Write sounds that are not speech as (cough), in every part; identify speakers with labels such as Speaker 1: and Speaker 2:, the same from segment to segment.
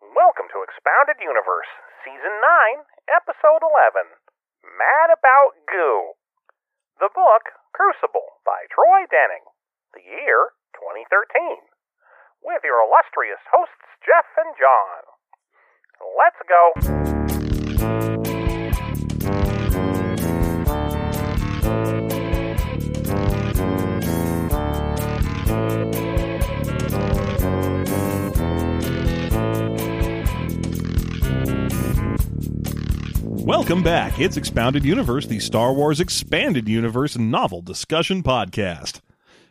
Speaker 1: to Expounded Universe, Season 9, Episode 11 Mad About Goo. The book, Crucible, by Troy Denning. The year, 2013. With your illustrious hosts, Jeff and John. Let's go.
Speaker 2: Welcome back. It's Expounded Universe, the Star Wars Expanded Universe novel discussion podcast.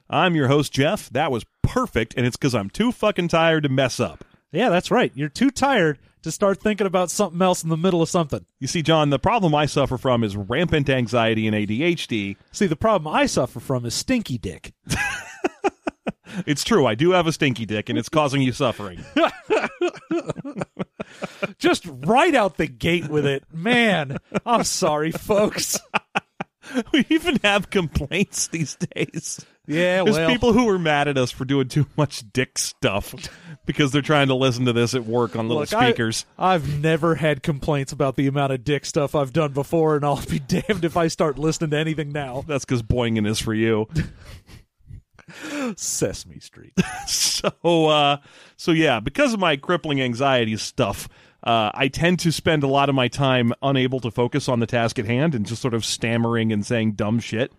Speaker 2: I'm your host, Jeff. That was perfect, and it's because I'm too fucking tired to mess up.
Speaker 3: Yeah, that's right. You're too tired to start thinking about something else in the middle of something.
Speaker 2: You see, John, the problem I suffer from is rampant anxiety and ADHD.
Speaker 3: See, the problem I suffer from is stinky dick.
Speaker 2: It's true, I do have a stinky dick, and it's causing you suffering. (laughs)
Speaker 3: Just right out the gate with it. Man, I'm sorry, folks.
Speaker 2: we even have complaints these days.
Speaker 3: Yeah,
Speaker 2: There's
Speaker 3: Oh, well,
Speaker 2: people who are mad at us for doing too much dick stuff because they're trying to listen to this at work on little
Speaker 3: look, I-
Speaker 2: speakers.
Speaker 3: I've never had complaints about the amount of dick stuff I've done before, and I'll be (laughs) damned if I start listening to anything now.
Speaker 2: That's because boinging is for you.
Speaker 3: Sesame Street.
Speaker 2: so uh so yeah because of my crippling anxiety stuff uh, I tend to spend a lot of my time unable to focus on the task at hand and just sort of stammering and saying dumb shit.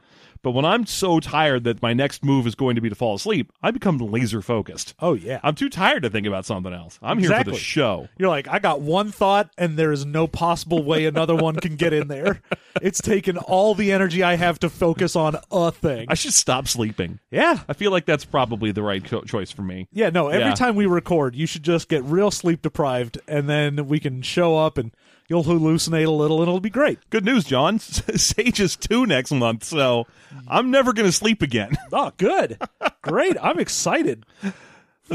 Speaker 2: But when I'm so tired that my next move is going to be to fall asleep, I become laser focused.
Speaker 3: Oh, yeah.
Speaker 2: I'm too tired to think about something else. I'm here for
Speaker 3: Exactly.
Speaker 2: the show.
Speaker 3: You're like, I got one thought, and there is no possible way another one can get in there. It's taken all the energy I have to focus on a thing.
Speaker 2: (laughs) I should stop sleeping.
Speaker 3: yeah.
Speaker 2: I feel like that's probably the right cho- choice for me.
Speaker 3: Yeah, no, every
Speaker 2: Yeah.
Speaker 3: time we record, you should just get real sleep deprived, and then we can show up and you'll hallucinate a little, and it'll be great.
Speaker 2: Good news, John. (laughs) Sage is two next month, so I'm never going to sleep again.
Speaker 3: Oh, good. (laughs) great. I'm excited for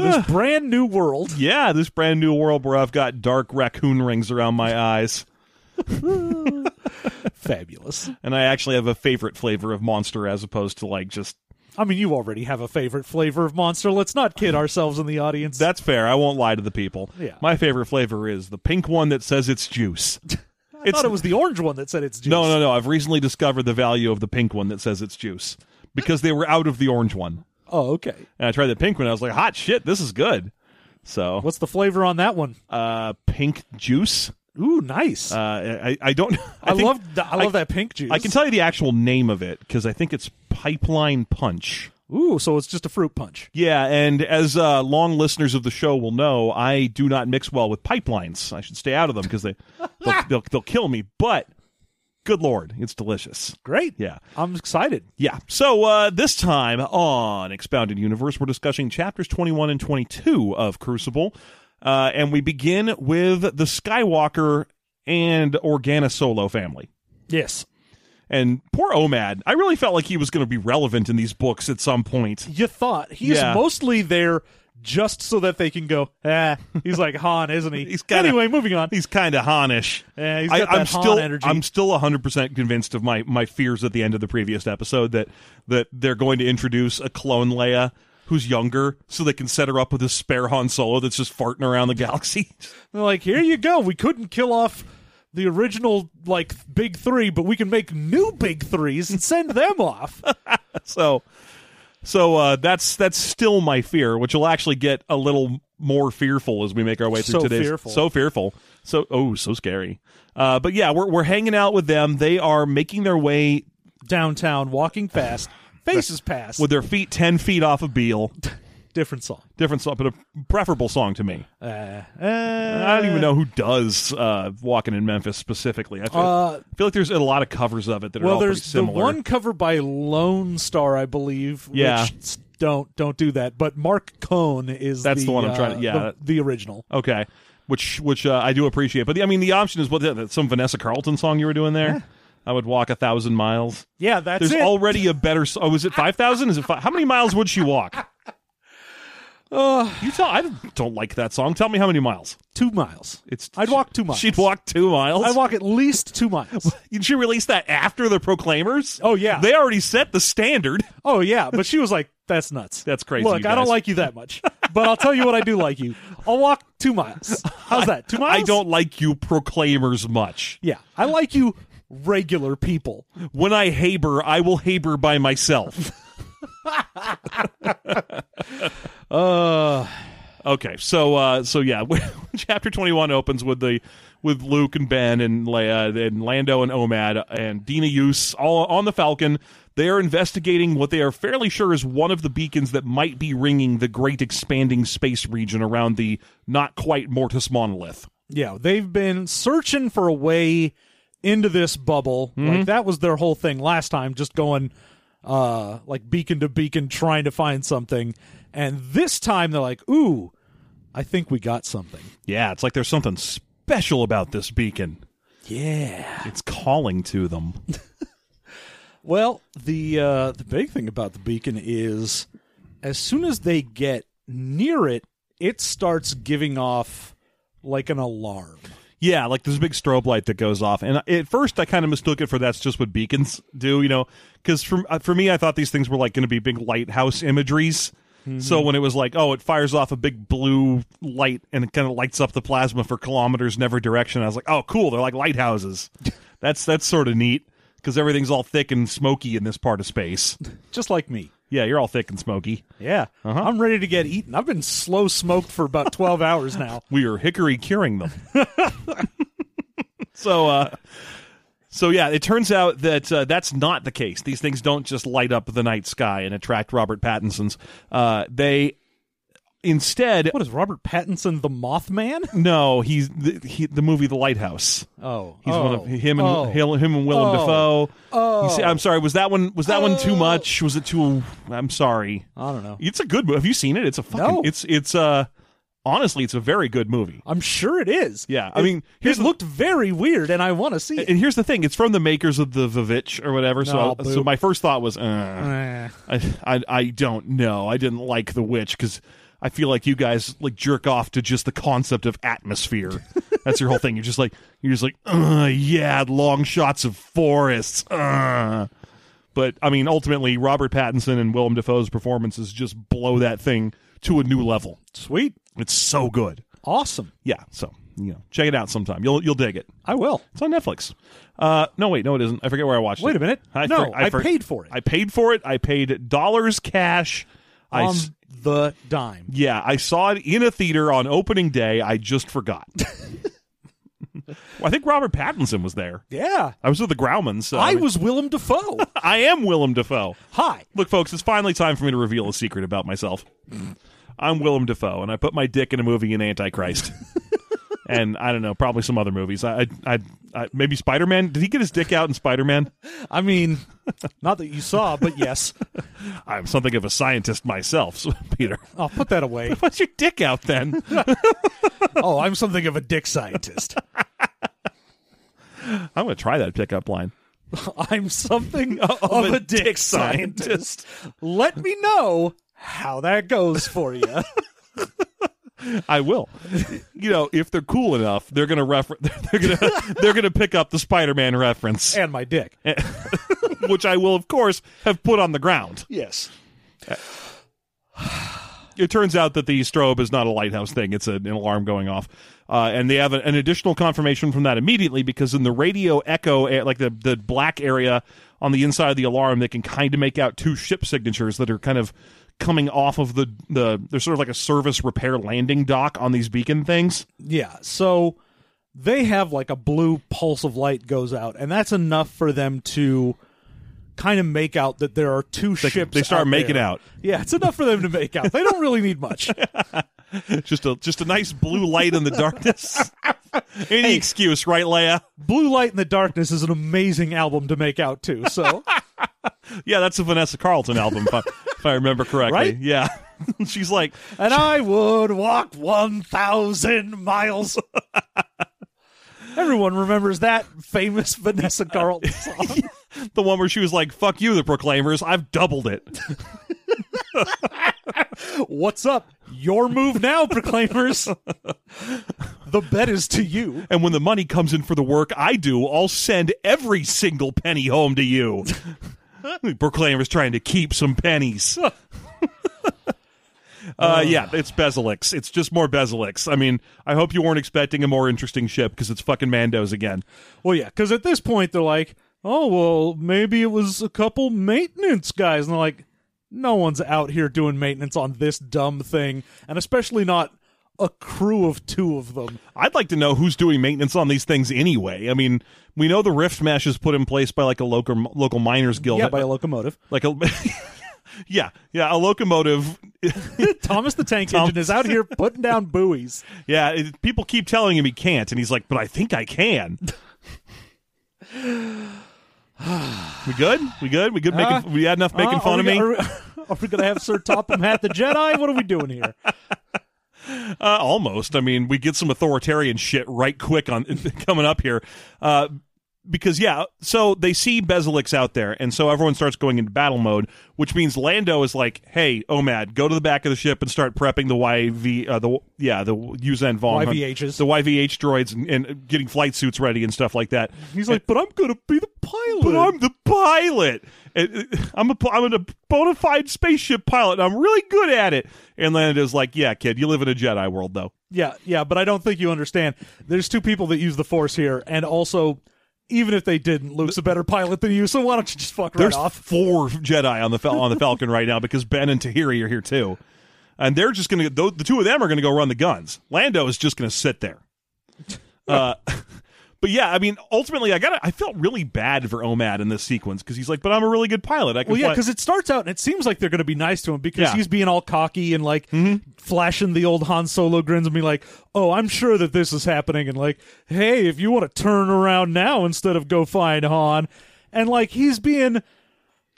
Speaker 2: (sighs)
Speaker 3: this brand new world.
Speaker 2: Yeah, this brand new world where I've got dark raccoon rings around my eyes,
Speaker 3: Fabulous.
Speaker 2: and I actually have a favorite flavor of monster as opposed to like just
Speaker 3: I mean, you already have a favorite flavor of monster. Let's not kid ourselves in the audience.
Speaker 2: that's fair. I won't lie to the people.
Speaker 3: Yeah.
Speaker 2: My favorite flavor is the pink one that says it's juice.
Speaker 3: (laughs) I thought it was the orange one that said it's juice.
Speaker 2: No, no, no. I've recently discovered the value of the pink one that says it's juice because they were out of the orange one.
Speaker 3: Oh, okay.
Speaker 2: And I tried the pink one. I was like, "Hot shit, this is good." So,
Speaker 3: What's the flavor on that one?
Speaker 2: uh pink juice.
Speaker 3: Ooh, nice.
Speaker 2: Uh I I don't (laughs)
Speaker 3: I,
Speaker 2: think-
Speaker 3: love th- I love that pink juice.
Speaker 2: I can tell you the actual name of it cuz I think it's Pipeline Punch.
Speaker 3: Ooh, so it's just a fruit punch.
Speaker 2: Yeah, and as uh, long listeners of the show will know, I do not mix well with pipelines. I should stay out of them because (laughs) they they'll, they'll they'll kill me. But good lord, it's delicious.
Speaker 3: Great.
Speaker 2: Yeah.
Speaker 3: I'm excited.
Speaker 2: Yeah. So uh, this time on Expounded Universe, we're discussing chapters 21 and 22 of Crucible, uh, and we begin with the Skywalker and Organosolo family.
Speaker 3: Yes.
Speaker 2: And poor Omad, I really felt like he was going to be relevant in these books at some point.
Speaker 3: You thought he's
Speaker 2: Yeah.
Speaker 3: mostly there just so that they can go, ah,
Speaker 2: (laughs)
Speaker 3: he's like Han, isn't he?
Speaker 2: He's kinda-
Speaker 3: anyway,
Speaker 2: (laughs)
Speaker 3: moving on.
Speaker 2: He's kind of hanish.
Speaker 3: Yeah, he's
Speaker 2: I,
Speaker 3: got that
Speaker 2: am
Speaker 3: Han
Speaker 2: still,
Speaker 3: energy.
Speaker 2: I'm still 100% convinced of my, my fears at the end of the previous episode that, that they're going to introduce a clone Leia who's younger so they can set her up with a spare Han Solo that's just farting around the galaxy. (laughs)
Speaker 3: They're like, here you go. We couldn't kill off the original like big three, but we can make new big threes and send them
Speaker 2: (laughs)
Speaker 3: off.
Speaker 2: so so uh, that's that's still my fear, which will actually get a little more fearful as we make our way through
Speaker 3: So
Speaker 2: today's
Speaker 3: fearful.
Speaker 2: so fearful. So oh, so scary. Uh, but yeah, we're we're hanging out with them. They are making their way
Speaker 3: Downtown, walking fast, faces past.
Speaker 2: with their feet 10 feet off of Beale. (laughs)
Speaker 3: different song.
Speaker 2: different song, but a preferable song to me.
Speaker 3: Uh, uh,
Speaker 2: I don't even know who does uh, "Walking in Memphis" specifically. I feel,
Speaker 3: Uh,
Speaker 2: feel like there's a lot of covers of it that are
Speaker 3: Well,
Speaker 2: all pretty
Speaker 3: there's the
Speaker 2: similar.
Speaker 3: one cover by Lone Star, I believe.
Speaker 2: Yeah.
Speaker 3: Which s- don't don't do that. But Mark Cohn is
Speaker 2: That's the one I'm
Speaker 3: uh,
Speaker 2: trying to- yeah,
Speaker 3: the-
Speaker 2: that-
Speaker 3: the original.
Speaker 2: Okay, which which uh, I do appreciate, but the, I mean the option is what the, some Vanessa Carlton song you were doing there. I would walk a thousand miles.
Speaker 3: Yeah, that's
Speaker 2: There's
Speaker 3: it.
Speaker 2: already a better. s- Oh, was it five thousand? Is it five? How many miles would she walk?
Speaker 3: (laughs) Uh,
Speaker 2: You tell. I don't like that song. Tell me how many miles.
Speaker 3: two miles.
Speaker 2: It's.
Speaker 3: I'd walk two miles.
Speaker 2: She'd walk two miles.
Speaker 3: I'd walk at least two (laughs) miles.
Speaker 2: Did she release that after the Proclaimers?
Speaker 3: Oh, yeah.
Speaker 2: They already set the standard.
Speaker 3: oh yeah, but she was like, that's nuts.
Speaker 2: That's crazy,
Speaker 3: Look,
Speaker 2: you
Speaker 3: I don't
Speaker 2: guys.
Speaker 3: like you that much, but I'll tell you what I do like you. I'll walk two miles. How's that? (laughs) Two miles.
Speaker 2: I don't like you proclaimers much.
Speaker 3: Yeah, I like you, regular people.
Speaker 2: When I haber, I will haber by myself.
Speaker 3: Uh,
Speaker 2: okay, so uh, so yeah, (laughs) chapter twenty one opens with the with Luke and Ben and Leia and Lando and Omad and Dina Use all on the Falcon. They are investigating what they are fairly sure is one of the beacons that might be ringing the great expanding space region around the not quite Mortis monolith.
Speaker 3: yeah, they've been searching for a way into this bubble. Like that was their whole thing last time, just going uh like beacon to beacon trying to find something. And this time they're like, "Ooh, I think we got something."
Speaker 2: Yeah, it's like there's something special about this beacon.
Speaker 3: Yeah.
Speaker 2: It's calling to them.
Speaker 3: Well, the uh the big thing about the beacon is as soon as they get near it, it starts giving off like an alarm.
Speaker 2: Yeah, like there's a big strobe light that goes off, and at first I kind of mistook it for that's just what beacons do, you know? Because for uh, for me, I thought these things were like going to be big lighthouse imageries. So when it was like, oh, it fires off a big blue light and it kind of lights up the plasma for kilometers in every direction, I was like, oh, cool, they're like lighthouses. that's that's sort of neat because everything's all thick and smoky in this part of space.
Speaker 3: Just like me.
Speaker 2: Yeah, you're all thick and smoky.
Speaker 3: Yeah.
Speaker 2: Uh-huh.
Speaker 3: I'm ready to get eaten. I've been slow smoked
Speaker 2: (laughs)
Speaker 3: for about 12 hours now.
Speaker 2: we are hickory curing them. so, uh, so yeah, it turns out that uh, that's not the case. These things don't just light up the night sky and attract Robert Pattinson's. Uh, they instead
Speaker 3: What is Robert Pattinson
Speaker 2: (laughs)
Speaker 3: the Mothman?
Speaker 2: no, he's the, he, the movie The Lighthouse.
Speaker 3: Oh.
Speaker 2: He's
Speaker 3: oh,
Speaker 2: one of him and
Speaker 3: oh.
Speaker 2: him, him and Willem
Speaker 3: Oh.
Speaker 2: Dafoe.
Speaker 3: Oh.
Speaker 2: You see- I'm sorry. Was that one? Was that one too
Speaker 3: Oh.
Speaker 2: much? Was it too? I'm sorry.
Speaker 3: I don't know.
Speaker 2: It's a good movie. Have you seen it? It's a fucking.
Speaker 3: No.
Speaker 2: It's it's uh honestly, it's a very good movie.
Speaker 3: I'm sure it is.
Speaker 2: Yeah, I
Speaker 3: It-
Speaker 2: mean, here's
Speaker 3: it
Speaker 2: the-
Speaker 3: looked very weird, and I want to see it.
Speaker 2: And here's the thing: it's from the makers of the Vivitch or whatever.
Speaker 3: No,
Speaker 2: So,
Speaker 3: boo.
Speaker 2: so my first thought was, uh,
Speaker 3: Eh.
Speaker 2: I, I, I don't know. I didn't like the witch because I feel like you guys like jerk off to just the concept of atmosphere. That's your whole thing. You're just like you're just like, uh, yeah, long shots of forests. Uh. But I mean, ultimately, Robert Pattinson and Willem Dafoe's performances just blow that thing to a new level.
Speaker 3: Sweet.
Speaker 2: It's so good.
Speaker 3: Awesome.
Speaker 2: Yeah. So you know, check it out sometime. You'll you'll dig it.
Speaker 3: I will.
Speaker 2: It's on Netflix. Uh, no, wait, no, it isn't. I forget where I watched it.
Speaker 3: Wait a minute. No, I paid for it.
Speaker 2: I paid for it. I paid dollars cash. I
Speaker 3: On
Speaker 2: s-
Speaker 3: the dime.
Speaker 2: yeah, I saw it in a theater on opening day. I just
Speaker 3: (laughs)
Speaker 2: forgot. Well, I think Robert Pattinson was there.
Speaker 3: Yeah.
Speaker 2: I was with the Grauman, so
Speaker 3: I
Speaker 2: mean,
Speaker 3: was Willem Dafoe.
Speaker 2: I am Willem Dafoe.
Speaker 3: Hi.
Speaker 2: Look, folks, it's finally time for me to reveal a secret about myself. I'm Willem Dafoe, and I put my dick in a movie in Antichrist. and I don't know, probably some other movies. I, I, I maybe Spider Man. Did he get his dick out in Spider Man?
Speaker 3: I mean, (laughs) not that you saw, but yes.
Speaker 2: I'm something of a scientist myself, (laughs) so, Peter.
Speaker 3: (laughs) I'll put that away.
Speaker 2: What's your dick out then?
Speaker 3: Oh, I'm something of a dick scientist.
Speaker 2: I'm going to try that pickup line.
Speaker 3: (laughs) I'm something (laughs) of, a, dick, scientist. Let me know how that goes for you.
Speaker 2: I will. You know, if they're cool enough, they're going to refer- (laughs) they're going to they're going to pick up the Spider-Man reference, (laughs)
Speaker 3: (laughs) and my dick.
Speaker 2: which I will of course have put on the ground.
Speaker 3: Yes.
Speaker 2: It turns out that the strobe is not a lighthouse thing; it's an alarm going off, uh, and they have an additional confirmation from that immediately because in the radio echo, eh, like the the black area on the inside of the alarm, they can kind of make out two ship signatures that are kind of coming off of the the. They're sort of like a service repair landing dock on these beacon things.
Speaker 3: Yeah. So they have like a blue pulse of light goes out, and that's enough for them to kind of make out that there are two ships.
Speaker 2: they start making
Speaker 3: there.
Speaker 2: out.
Speaker 3: Yeah, it's enough for them to make out. They don't really need much. (laughs)
Speaker 2: just a just a nice blue light in the darkness. Any excuse, right, Leia?
Speaker 3: Blue Light in the Darkness is an amazing album to make out to. (laughs) So
Speaker 2: Yeah, that's a Vanessa Carlton album, if I, if I remember correctly.
Speaker 3: Right?
Speaker 2: Yeah, (laughs) she's like,
Speaker 3: And I would walk 1,000 miles. (laughs) Everyone remembers that famous (laughs) Vanessa Carlton song.
Speaker 2: the one where she was like, "Fuck you, the Proclaimers. I've doubled it."
Speaker 3: (laughs) What's up? Your move now, (laughs) Proclaimers. The bet is to you.
Speaker 2: And when the money comes in for the work I do, I'll send every single penny home to you. The Proclaimers trying to keep some pennies. Uh, yeah, it's Bezalix. It's just more Bezalix. I mean, I hope you weren't expecting a more interesting ship because it's fucking Mando's again.
Speaker 3: Well, yeah, because at this point they're like, oh, well, maybe it was a couple maintenance guys. And they're like, no one's out here doing maintenance on this dumb thing, and especially not a crew of two of them.
Speaker 2: I'd like to know who's doing maintenance on these things anyway. I mean, we know the rift mesh is put in place by like a local local miners guild.
Speaker 3: Yeah, by a locomotive.
Speaker 2: like a (laughs) yeah, yeah, a locomotive.
Speaker 3: (laughs) Thomas the Tank Engine is out here putting down (laughs) buoys.
Speaker 2: yeah, it, people keep telling him he can't, and he's like, "But I think I can." we good? We good? We good? Making,
Speaker 3: Uh,
Speaker 2: we had enough making
Speaker 3: Uh,
Speaker 2: fun
Speaker 3: are
Speaker 2: of
Speaker 3: we-
Speaker 2: me.
Speaker 3: Are, we- are we going to have Sir Topham Hat the Jedi? What are we doing here?
Speaker 2: Uh, almost. I mean, we get some authoritarian shit right quick on (laughs) coming up here. Uh, because yeah, so they see Bezalix out there, and so everyone starts going into battle mode, which means Lando is like, "Hey, Omad, go to the back of the ship and start prepping the YV, uh, the yeah, the Yuuzhan Vong,
Speaker 3: YVHs.
Speaker 2: the YVH droids, and, and getting flight suits ready and stuff like that."
Speaker 3: (laughs) He's like, but I'm going to be the pilot.
Speaker 2: But I'm the pilot. And, uh, I'm a I'm a bona fide spaceship pilot. And I'm really good at it. And Lando's like, "Yeah, kid, you live in a Jedi world, though."
Speaker 3: Yeah, yeah, but I don't think you understand. There's two people that use the Force here, and also, even if they didn't, Luke's a better pilot than you, so why don't you just fuck right
Speaker 2: There's
Speaker 3: off?
Speaker 2: four Jedi on the Fal- on the Falcon right now because Ben and Tahiri are here too, and they're just gonna tho- the two of them are gonna go run the guns. Lando is just gonna sit
Speaker 3: (laughs)
Speaker 2: there. Uh, (laughs) but yeah, I mean, ultimately, I got I felt really bad for Omad in this sequence because he's like, but I'm a really good pilot. I can
Speaker 3: Well, yeah,
Speaker 2: fly-
Speaker 3: because it starts out and it seems like they're going to be nice to him because
Speaker 2: Yeah. Mm-hmm.
Speaker 3: he's being all cocky and like flashing the old Han Solo grins and be like, "Oh, I'm sure that this is happening," and like, "Hey, if you want to turn around now instead of go find Han," and like he's being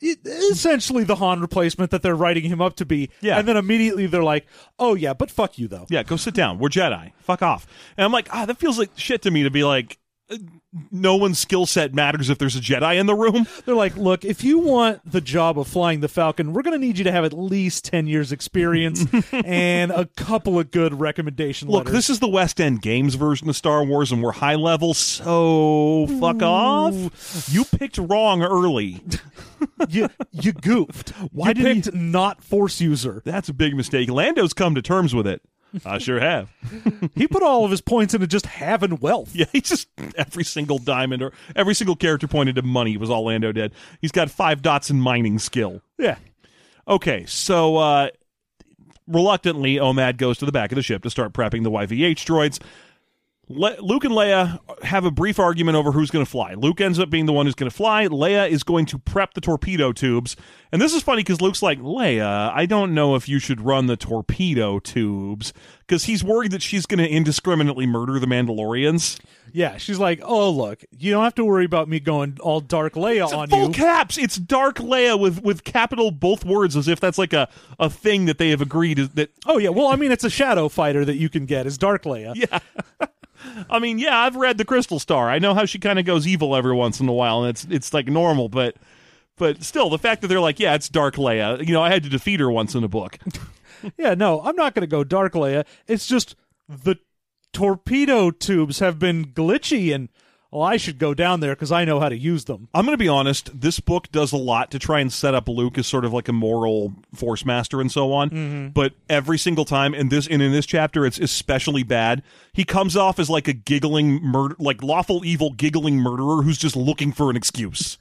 Speaker 3: e- essentially the Han replacement that they're writing him up to be,
Speaker 2: Yeah.
Speaker 3: and then immediately they're like, "Oh yeah, but fuck you though."
Speaker 2: yeah, go sit down. We're Jedi. Fuck off. And I'm like, ah, that feels like shit to me to be like, uh, no one's skill set matters if there's a Jedi in the room.
Speaker 3: They're like, look, if you want the job of flying the Falcon, we're going to need you to have at least 10
Speaker 2: (laughs)
Speaker 3: years' experience and a couple of good recommendation
Speaker 2: Look,
Speaker 3: letters.
Speaker 2: this is the West End Games version of Star Wars, and we're high level, so fuck off. You picked wrong early.
Speaker 3: you, you goofed. Why (laughs) you
Speaker 2: didn't
Speaker 3: picked not Force User?
Speaker 2: That's a big mistake. Lando's come to terms with it. I sure have. (laughs)
Speaker 3: He put all of his points into just having wealth.
Speaker 2: Yeah, he just every single diamond or every single character pointed to money was all Lando did. He's got five dots in mining skill.
Speaker 3: Yeah.
Speaker 2: Okay, so uh reluctantly, Omad goes to the back of the ship to start prepping the YVH droids. Le- Luke and Leia have a brief argument over who's going to fly. Luke ends up being the one who's going to fly. Leia is going to prep the torpedo tubes. And this is funny because Luke's like, Leia, I don't know if you should run the torpedo tubes because he's worried that she's going to indiscriminately murder the Mandalorians.
Speaker 3: Yeah. She's like, oh, look, you don't have to worry about me going all Dark Leia on
Speaker 2: Full
Speaker 3: you.
Speaker 2: caps. It's Dark Leia with, with capital both words as if that's like a, a thing that they have agreed is- that
Speaker 3: oh, yeah. Well, I mean, it's a shadow fighter that you can get is Dark Leia.
Speaker 2: Yeah. I mean, yeah, I've read the Crystal Star. I know how she kind of goes evil every once in a while, and it's it's like normal, but but still, the fact that they're like, yeah, it's Dark Leia. You know, I had to defeat her once in a book.
Speaker 3: Yeah, no, I'm not going to go dark, Leia. It's just the torpedo tubes have been glitchy, and well, I should go down there because I know how to use them.
Speaker 2: I'm going to be honest. This book does a lot to try and set up Luke as sort of like a moral force master and so on.
Speaker 3: Mm-hmm.
Speaker 2: But every single time, and this and in this chapter, it's especially bad. He comes off as like a giggling murder, like lawful evil giggling murderer who's just looking for an
Speaker 3: (laughs)
Speaker 2: excuse.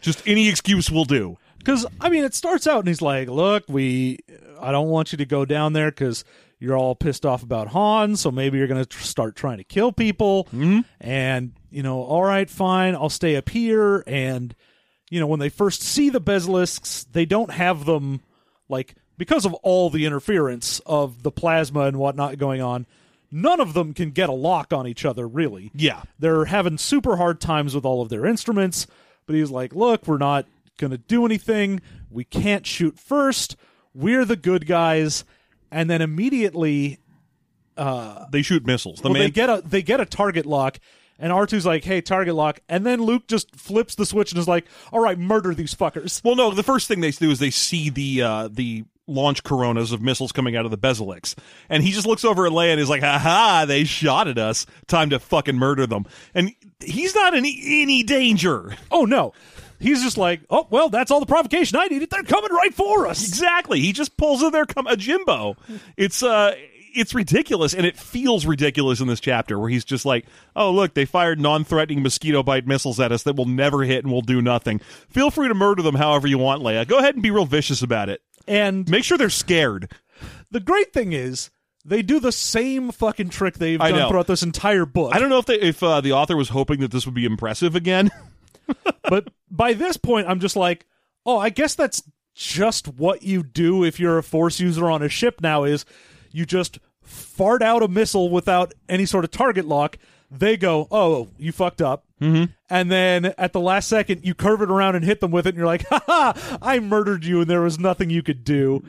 Speaker 2: just any excuse will do.
Speaker 3: Because I mean, it starts out and he's like, "Look, we, I don't want you to go down there because you're all pissed off about Han, so maybe you're going to tr- start trying to kill people." And you know, all right, fine, I'll stay up here. And you know, when they first see the basilisks, they don't have them like because of all the interference of the plasma and whatnot going on. None of them can get a lock on each other, really
Speaker 2: Yeah.
Speaker 3: they're having super hard times with all of their instruments but he's like look we're not going to do anything we can't shoot first we're the good guys and then immediately
Speaker 2: They shoot missiles. The
Speaker 3: well,
Speaker 2: man
Speaker 3: they get a they get a target lock and R2's like, hey, target lock. And then Luke just flips the switch and is like, all right, murder these fuckers. (laughs)
Speaker 2: Well, no. The first thing they do is they see the uh, the launch coronas of missiles coming out of the Bezalix, and he just looks over at Leia and is like, "Ha ha! They shot at us. Time to fucking murder them." And he's not in any danger.
Speaker 3: Oh, no. He's just like, oh well, that's all the provocation I needed. They're coming right for us.
Speaker 2: Exactly. He just pulls in there come a Jimbo. It's uh it's ridiculous and it feels ridiculous in this chapter where he's just like, "Oh, look, they fired non-threatening mosquito bite missiles at us that will never hit and will do nothing. Feel free to murder them however you want, Leia. Go ahead and be real vicious about it.
Speaker 3: And
Speaker 2: Make sure they're scared."
Speaker 3: the great thing is, they do the same fucking trick they've
Speaker 2: I
Speaker 3: done
Speaker 2: know.
Speaker 3: throughout this entire book.
Speaker 2: I don't know if they, if uh, the author was hoping that this would be impressive again. (laughs)
Speaker 3: but by this point, I'm just like, oh, I guess that's just what you do if you're a force user on a ship now is you just fart out a missile without any sort of target lock. They go, oh, you fucked up. Mm-hmm. And then at the last second, you curve it around and hit them with it, and you're like, (laughs) ha ha, I murdered you, and there was nothing you could do.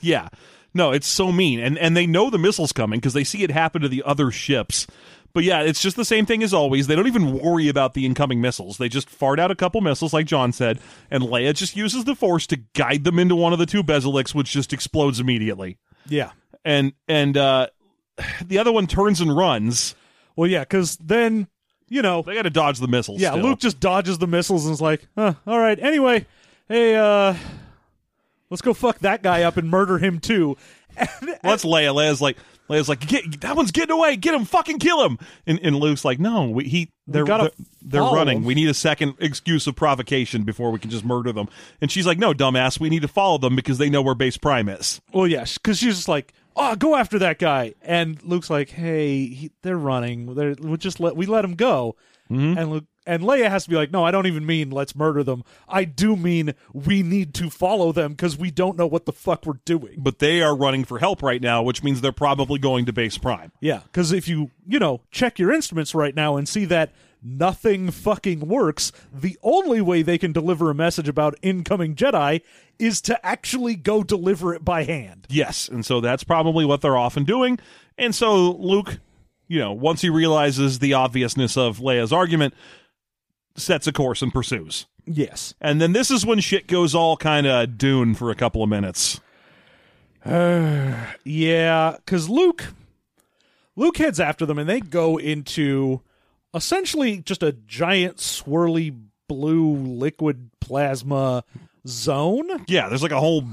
Speaker 2: Yeah. No, it's so mean. And and they know the missile's coming because they see it happen to the other ships. But yeah, it's just the same thing as always. They don't even worry about the incoming missiles. They just fart out a couple missiles, like John said, and Leia just uses the force to guide them into one of the two Bezilics, which just explodes immediately.
Speaker 3: Yeah.
Speaker 2: And and uh (sighs) the other one turns and runs.
Speaker 3: Well, yeah, because then, you know,
Speaker 2: They gotta dodge the missiles.
Speaker 3: yeah,
Speaker 2: still.
Speaker 3: Luke just dodges the missiles and is like, huh, all right, anyway, hey, uh, let's go fuck that guy up and murder him too. And,
Speaker 2: Well, that's Leia. Leia's like Leia's like get, that one's getting away. Get him, fucking kill him. And, and Luke's like, no, we, he they're
Speaker 3: gotta
Speaker 2: they're, they're
Speaker 3: follow
Speaker 2: running.
Speaker 3: him.
Speaker 2: We need a second excuse of provocation before we can just murder them. And she's like, no, dumbass, we need to follow them because they know where Base Prime is.
Speaker 3: well, yeah, because she's just like, oh, go after that guy. And Luke's like, hey, he, they're running. They're, we just let we let him go. And Luke and Leia has to be like, no, I don't even mean let's murder them. I do mean we need to follow them because we don't know what the fuck we're doing.
Speaker 2: But they are running for help right now, which means they're probably going to Base Prime.
Speaker 3: Yeah, because if you you know check your instruments right now and see that nothing fucking works, the only way they can deliver a message about incoming Jedi is to actually go deliver it by hand.
Speaker 2: Yes, and so that's probably what they're often doing. And so Luke, you know, once he realizes the obviousness of Leia's argument, sets a course and pursues.
Speaker 3: Yes.
Speaker 2: And then this is when shit goes all kind of Dune for a couple of minutes.
Speaker 3: Yeah, because Luke, Luke heads after them, and they go into essentially just a giant swirly blue liquid plasma zone.
Speaker 2: Yeah, there's like a whole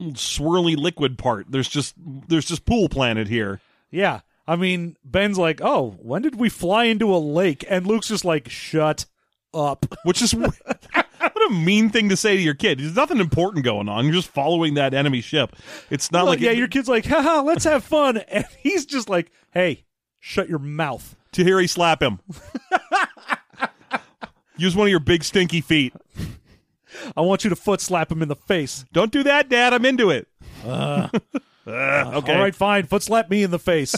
Speaker 2: swirly liquid part. There's just there's just pool planet here.
Speaker 3: Yeah. I mean, Ben's like, "Oh, when did we fly into a lake?" And Luke's just like, "Shut up."
Speaker 2: which is (laughs) what a mean thing to say to your kid. There's nothing important going on. You're just following that enemy ship. It's not
Speaker 3: Well,
Speaker 2: like
Speaker 3: yeah,
Speaker 2: it-
Speaker 3: your kid's like, haha, let's have fun. (laughs) And he's just like, hey, shut your mouth.
Speaker 2: Tahiri slap him. (laughs) Use one of your big stinky feet.
Speaker 3: I want you to foot slap him in the face.
Speaker 2: Don't do that, Dad. I'm into it. Uh, (laughs) okay.
Speaker 3: All right, fine. Foot slap me in
Speaker 2: (laughs)
Speaker 3: the face.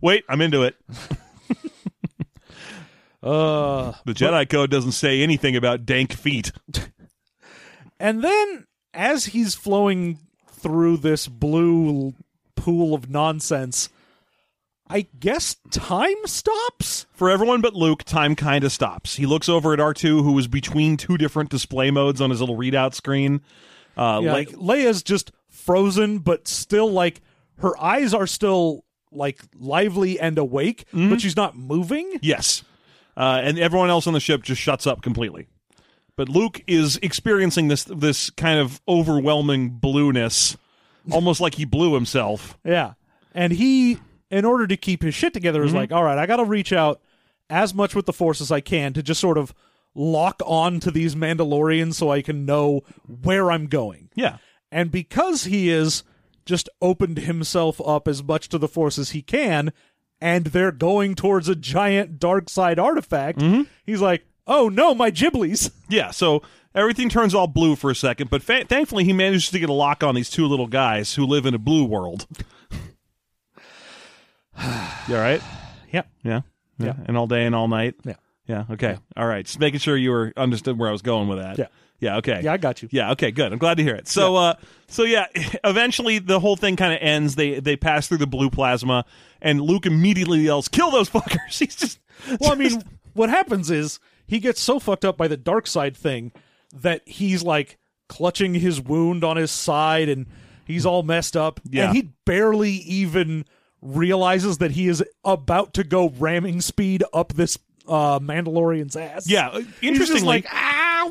Speaker 2: Wait, I'm into it.
Speaker 3: (laughs) uh,
Speaker 2: The Jedi Code doesn't say anything about dank feet.
Speaker 3: and then as he's flowing through this blue pool of nonsense, I guess time stops?
Speaker 2: For everyone but Luke, time kind of stops. He looks over at R2, who is between two different display modes on his little readout screen. Uh,
Speaker 3: Yeah,
Speaker 2: like,
Speaker 3: like Leia's just frozen, but still like her eyes are still like lively and awake, but she's not moving.
Speaker 2: yes. Uh, and everyone else on the ship just shuts up completely. But Luke is experiencing this this kind of overwhelming blueness, almost like he blew himself.
Speaker 3: Yeah. And he, in order to keep his shit together, is like, all right, I got to reach out as much with the force as I can to just sort of lock on to these Mandalorians so I can know where I'm going.
Speaker 2: Yeah.
Speaker 3: And because he is just opened himself up as much to the force as he can, and they're going towards a giant dark side artifact,
Speaker 2: Mm-hmm.
Speaker 3: he's like, oh no, my Ghiblies.
Speaker 2: Yeah, so everything turns all blue for a second, but fa- thankfully he manages to get a lock on these two little guys who live in a blue world. you all right?
Speaker 3: Yep.
Speaker 2: Yeah. Yeah.
Speaker 3: Yeah.
Speaker 2: And all day and all night.
Speaker 3: Yeah.
Speaker 2: Yeah. Okay. All right. Just making sure you were understood where I was going with that.
Speaker 3: Yeah.
Speaker 2: Yeah. Okay.
Speaker 3: Yeah, I got you.
Speaker 2: Yeah. Okay. Good. I'm glad to hear it. So, uh, so yeah. (laughs) Eventually, the whole thing kind of ends. They they pass through the blue plasma, and Luke immediately yells, "Kill those fuckers!" (laughs) He's just.
Speaker 3: Well, I mean, what happens is he gets so fucked up by the dark side thing that he's like clutching his wound on his side and he's all messed up.
Speaker 2: Yeah.
Speaker 3: And he barely even realizes that he is about to go ramming speed up this uh Mandalorian's ass.
Speaker 2: yeah.
Speaker 3: He's just
Speaker 2: Interestingly,
Speaker 3: like, ow,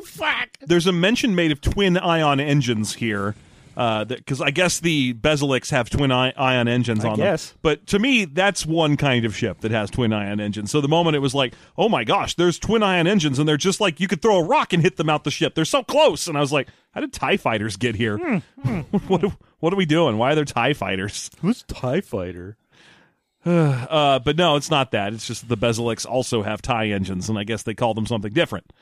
Speaker 4: oh fuck!
Speaker 2: there's a mention made of twin ion engines here because I guess the Bezelics have twin i- ion engines on
Speaker 3: guess.
Speaker 2: them. But to me, that's one kind of ship that has twin ion engines. So the moment it was like, oh my gosh, there's twin ion engines, and they're just like you could throw a rock and hit them out the ship. They're so close, and I was like, how did Tie fighters get here? (laughs) what do- what are we doing? Why are there Tie fighters?
Speaker 3: Who's Tie Fighter?
Speaker 2: Uh, but no, it's not that. It's just that the Bezelics also have tie engines, and I guess they call them something different.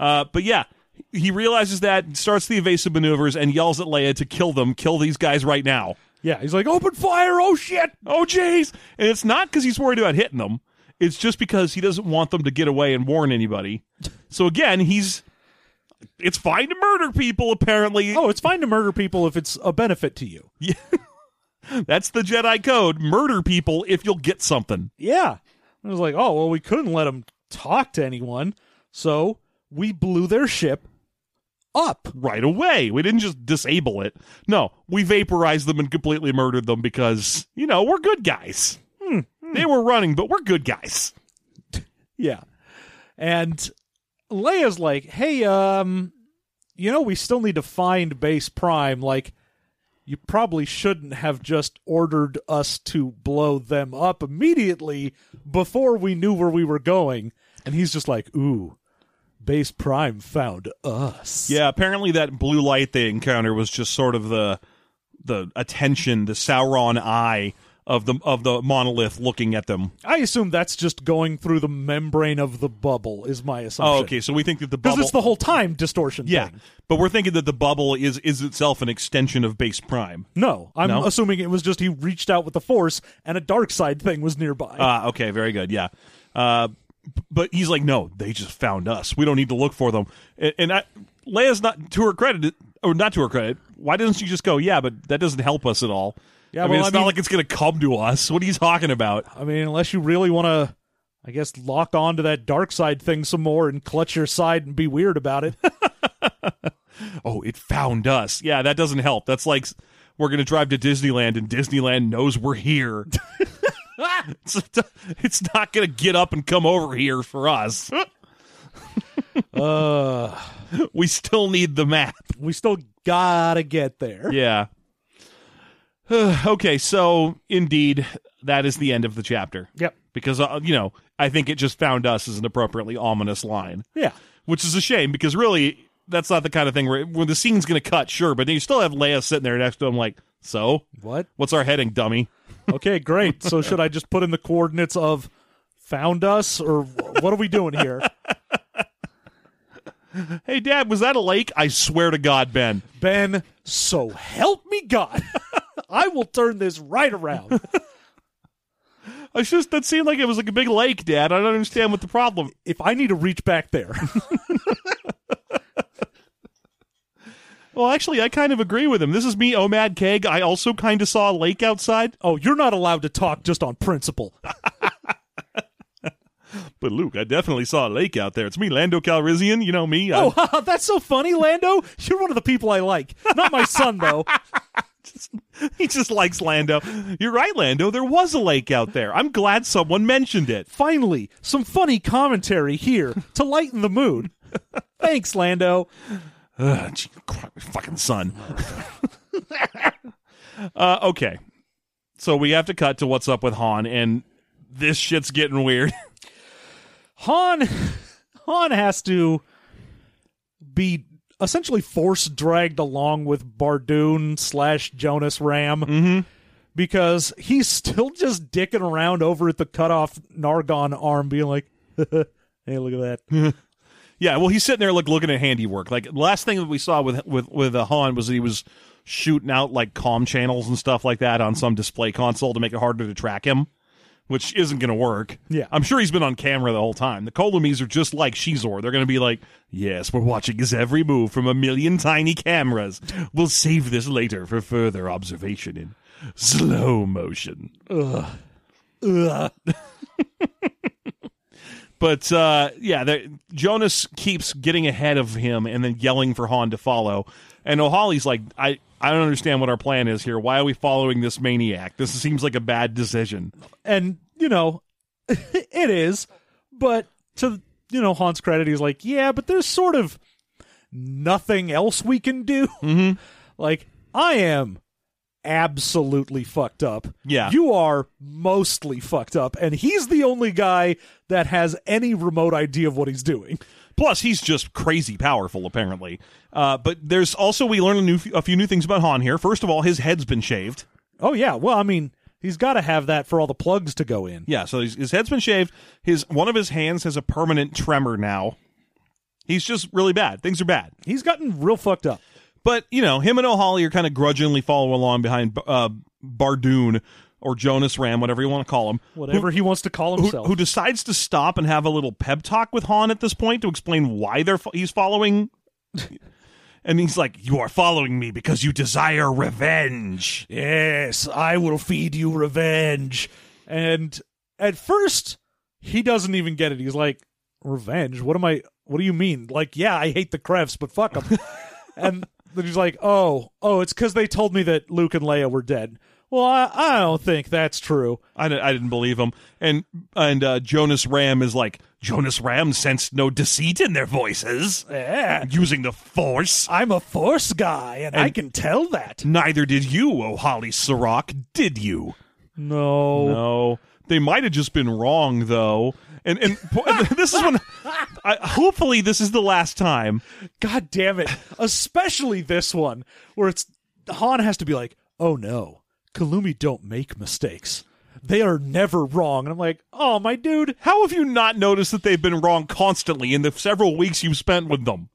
Speaker 2: Uh, but yeah, he realizes that, starts the evasive maneuvers, and yells at Leia to kill them, kill these guys right now.
Speaker 3: Yeah, he's like, open fire! Oh shit!
Speaker 2: Oh, jeez! And it's not because he's worried about hitting them. It's just because he doesn't want them to get away and warn anybody. So again, he's it's fine to murder people. Apparently,
Speaker 3: Oh, it's fine to murder people if it's a benefit to you.
Speaker 2: that's the Jedi code: murder people if you'll get something.
Speaker 3: Yeah. I was like, oh, well, we couldn't let them talk to anyone. So we blew their ship up.
Speaker 2: right away. We didn't just disable it. No, we vaporized them and completely murdered them because, you know, we're good guys. They were running, but we're good guys.
Speaker 3: Yeah. And Leia's like, hey, um, you know, we still need to find Base Prime. Like, you probably shouldn't have just ordered us to blow them up immediately before we knew where we were going. And he's just like, ooh, Base Prime found us.
Speaker 2: Yeah, apparently that blue light they encounter was just sort of the the attention, the Sauron eye of the of the monolith looking at them.
Speaker 3: I assume that's just going through the membrane of the bubble, is my assumption.
Speaker 2: Oh, okay. So we think that the
Speaker 3: Because
Speaker 2: bubble
Speaker 3: it's the whole time distortion
Speaker 2: Yeah.
Speaker 3: thing.
Speaker 2: But we're thinking that the bubble is is itself an extension of base prime.
Speaker 3: No, I'm
Speaker 2: No?
Speaker 3: assuming it was just he reached out with the force and a dark side thing was nearby.
Speaker 2: Ah, okay, very good. Yeah. Uh, b- but he's like, no, they just found us. We don't need to look for them. And, and I, Leia's not to her credit, or not to her credit. Why doesn't she just go? Yeah, but that doesn't help us at all.
Speaker 3: Yeah,
Speaker 2: I mean,
Speaker 3: well,
Speaker 2: it's
Speaker 3: I
Speaker 2: not
Speaker 3: mean-
Speaker 2: like it's going to come to us. What are you talking about?
Speaker 3: I mean, unless you really want to, I guess, lock on to that dark side thing some more and clutch your side and be weird
Speaker 2: (laughs)
Speaker 3: about it.
Speaker 2: Oh, it found us. Yeah, that doesn't help. That's like s- we're going to drive to Disneyland, and Disneyland knows we're here. (laughs) it's, it's not going to get up and come over here for us.
Speaker 3: uh,
Speaker 2: we still need the map.
Speaker 3: we still gotta get there.
Speaker 2: Yeah. (sighs) okay, so indeed, that is the end of the chapter.
Speaker 3: Yep.
Speaker 2: Because, uh, you know, I think it just found us as an appropriately ominous line,
Speaker 3: Yeah.
Speaker 2: which is a shame because really, that's not the kind of thing where when the scene's going to cut, sure, but then you still have Leia sitting there next to him, like, so?
Speaker 3: What?
Speaker 2: What's our heading, dummy?
Speaker 3: Okay,
Speaker 2: (laughs)
Speaker 3: great. So should I just put in the coordinates of found us or wh- what are we
Speaker 2: (laughs)
Speaker 3: doing here?
Speaker 2: Hey, Dad, was that a lake? I swear to God, Ben.
Speaker 3: Ben, so help me God. (laughs) I will turn this
Speaker 2: (laughs)
Speaker 3: right around.
Speaker 2: It's just, that seemed like it was like a big lake, Dad. I don't understand what the problem
Speaker 3: If I need to reach back there.
Speaker 2: Well, actually, I kind of agree with him. This is me, Omad Keg. I also kind of saw a lake outside.
Speaker 3: Oh, you're not allowed to talk just on principle.
Speaker 2: But Luke, I definitely saw a lake out there. It's me, Lando Calrissian. You know me.
Speaker 3: Oh,
Speaker 2: Oh,
Speaker 3: haha, (laughs) that's so funny, Lando. You're one of the people I like. Not my son, though.
Speaker 2: (laughs) he just likes Lando. You're right, Lando. There was a lake out there. I'm glad someone mentioned it. (sighs)
Speaker 3: Finally, some funny commentary here to lighten the mood. Thanks, Lando.
Speaker 2: Ugh, gee, crap, fucking son. (laughs) uh, okay, so we have to cut to what's up with Han, and this shit's getting weird.
Speaker 3: Han, Han has to be essentially force dragged along with Bardoon slash Jonas Ram because he's still just dicking around over at the cut off Nargon arm, being like, (laughs) "Hey, look at that."
Speaker 2: Yeah, well, he's sitting there like looking at handiwork. Like last thing that we saw with with with uh, Han was that he was shooting out like comm channels and stuff like that on some display console to make it harder to track him, which isn't going to work.
Speaker 3: Yeah.
Speaker 2: I'm sure he's been on camera the whole time. The Colomies are just like Shizor. They're going to be like, "Yes, we're watching his every move from a million tiny cameras. We'll save this later for further observation in slow motion."
Speaker 3: Ugh.
Speaker 2: But uh, yeah, there, Jonas keeps getting ahead of him and then yelling for Han to follow. And O'Holly's like, I, I don't understand what our plan is here. Why are we following this maniac? This seems like a bad decision.
Speaker 3: and you know (laughs) it is but to you know han's credit he's like yeah but there's sort of nothing else we can do.
Speaker 2: Mm-hmm.
Speaker 3: (laughs) Like I am absolutely fucked up.
Speaker 2: Yeah.
Speaker 3: You are mostly fucked up and he's the only guy that has any remote idea of what he's doing.
Speaker 2: Plus, he's just crazy powerful, apparently. Uh, but there's also we learn a, new, a few new things about Han here. First of all, his head's been shaved.
Speaker 3: Oh yeah, well I mean, he's got to have that for all the plugs to go in.
Speaker 2: Yeah, so his, his head's been shaved. His one of his hands has a permanent tremor now. He's just really bad. Things are bad.
Speaker 3: He's gotten real fucked up.
Speaker 2: But you know, him and O'Holly are kind of grudgingly following along behind uh, Bardoon or Jonas Ram, whatever you want to call him,
Speaker 3: Whatever he wants to call
Speaker 2: who,
Speaker 3: himself.
Speaker 2: who decides to stop and have a little pep talk with Han at this point to explain why they're fo- he's following. (laughs) and he's like, "You are following me because you desire revenge."
Speaker 3: Yes, I will feed you revenge. And at first, he doesn't even get it. He's like, revenge? What am I? What do you mean? Like, yeah, I hate the Krefts, but fuck (laughs) them. and then he's like, oh, oh, it's because they told me that Luke and Leia were dead. Well, I, I don't think that's true.
Speaker 2: I, di- I didn't believe him. And and uh, Jonas Ram is like, Jonas Ram sensed no deceit in their voices.
Speaker 3: Yeah,
Speaker 2: Using the force,
Speaker 3: I'm a Force guy, and, I can tell that.
Speaker 2: neither did you, O Holly Sirach, did you?
Speaker 3: No.
Speaker 2: No. They might have just been wrong, though. And and (laughs) this is when, I, hopefully, this is the last time.
Speaker 3: God damn it. Especially this one, where it's Han has to be like, oh no, Kalumi don't make mistakes. They are never wrong. And I'm like, oh my dude,
Speaker 2: How have you not noticed that they've been wrong constantly in the several weeks you've spent with them?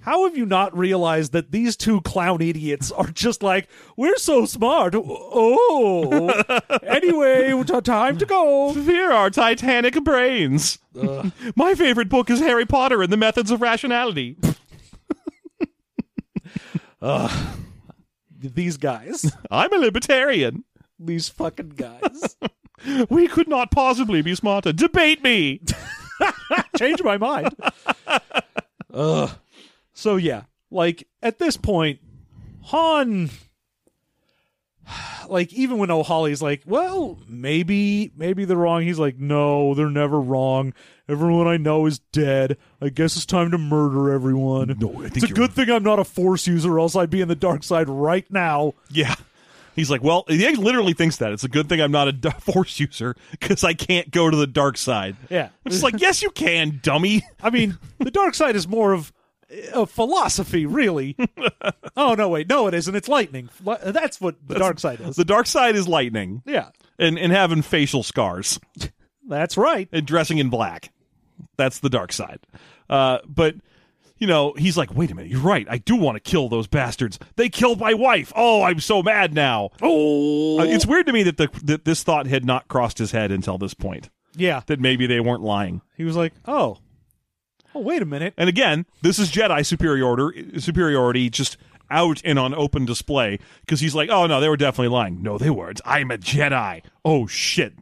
Speaker 3: how have you not realized that these two clown idiots are just like, we're so smart. Oh. anyway, t- time to go.
Speaker 2: Fear our titanic brains. My favorite book is Harry Potter and the Methods of Rationality.
Speaker 3: These guys, (laughs)
Speaker 2: I'm a libertarian.
Speaker 3: these fucking guys,
Speaker 2: We could not possibly be smarter. Debate me.
Speaker 3: (laughs) change my mind. Ugh. So yeah, like at this point, Han, (sighs) like even when O'Holly's like, well, maybe maybe they're wrong. He's like, no, they're never wrong. Everyone I know is dead. I guess it's time to murder everyone.
Speaker 2: No, I think
Speaker 3: it's a
Speaker 2: you're-
Speaker 3: good thing I'm not a Force user, or else I'd be in the dark side right now.
Speaker 2: Yeah. He's like, well, he literally thinks that. It's a good thing I'm not a d- (laughs) force user because I can't go to the dark side.
Speaker 3: Yeah.
Speaker 2: Which is like, yes, you can, dummy.
Speaker 3: I mean, the dark side is more of a philosophy, (laughs) really. oh no, wait, no, it isn't. It's lightning. Li- That's what the dark side is. (laughs)
Speaker 2: The dark side is lightning
Speaker 3: Yeah,
Speaker 2: and, and having facial scars
Speaker 3: that's right.
Speaker 2: and dressing in black. That's the dark side. Uh, but, you know, he's like, wait a minute, you're right. I do want to kill those bastards. They killed my wife. Oh, I'm so mad now.
Speaker 3: Oh,
Speaker 2: Uh, it's weird to me that, the, that this thought had not crossed his head until this point.
Speaker 3: yeah.
Speaker 2: that maybe they weren't lying.
Speaker 3: He was like, "Oh, oh, wait a minute." (laughs)
Speaker 2: And again, this is Jedi superiority, superiority just out and on open display because he's like, oh no, they were definitely lying. No, they weren't. I'm a Jedi. Oh shit.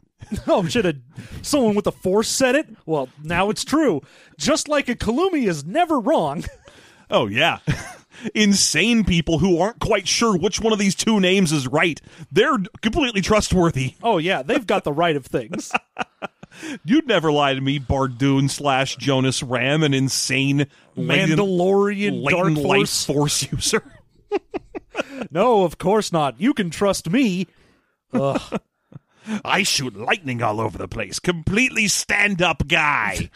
Speaker 3: oh, should have someone with the Force said it? Well, now it's true. Just like a Kalumi is never wrong. (laughs)
Speaker 2: Oh yeah. (laughs) Insane people who aren't quite sure which one of these two names is right. They're completely trustworthy. (laughs)
Speaker 3: Oh yeah, they've got the right of (laughs) things.
Speaker 2: You'd never lie to me, Bardoon slash Jonas Ram, an insane latent-
Speaker 3: Mandalorian
Speaker 2: latent
Speaker 3: dark
Speaker 2: life
Speaker 3: force.
Speaker 2: force user. (laughs)
Speaker 3: No, of course not. You can trust me.
Speaker 2: I shoot lightning all over the place. Completely stand up
Speaker 3: (laughs)
Speaker 2: guy.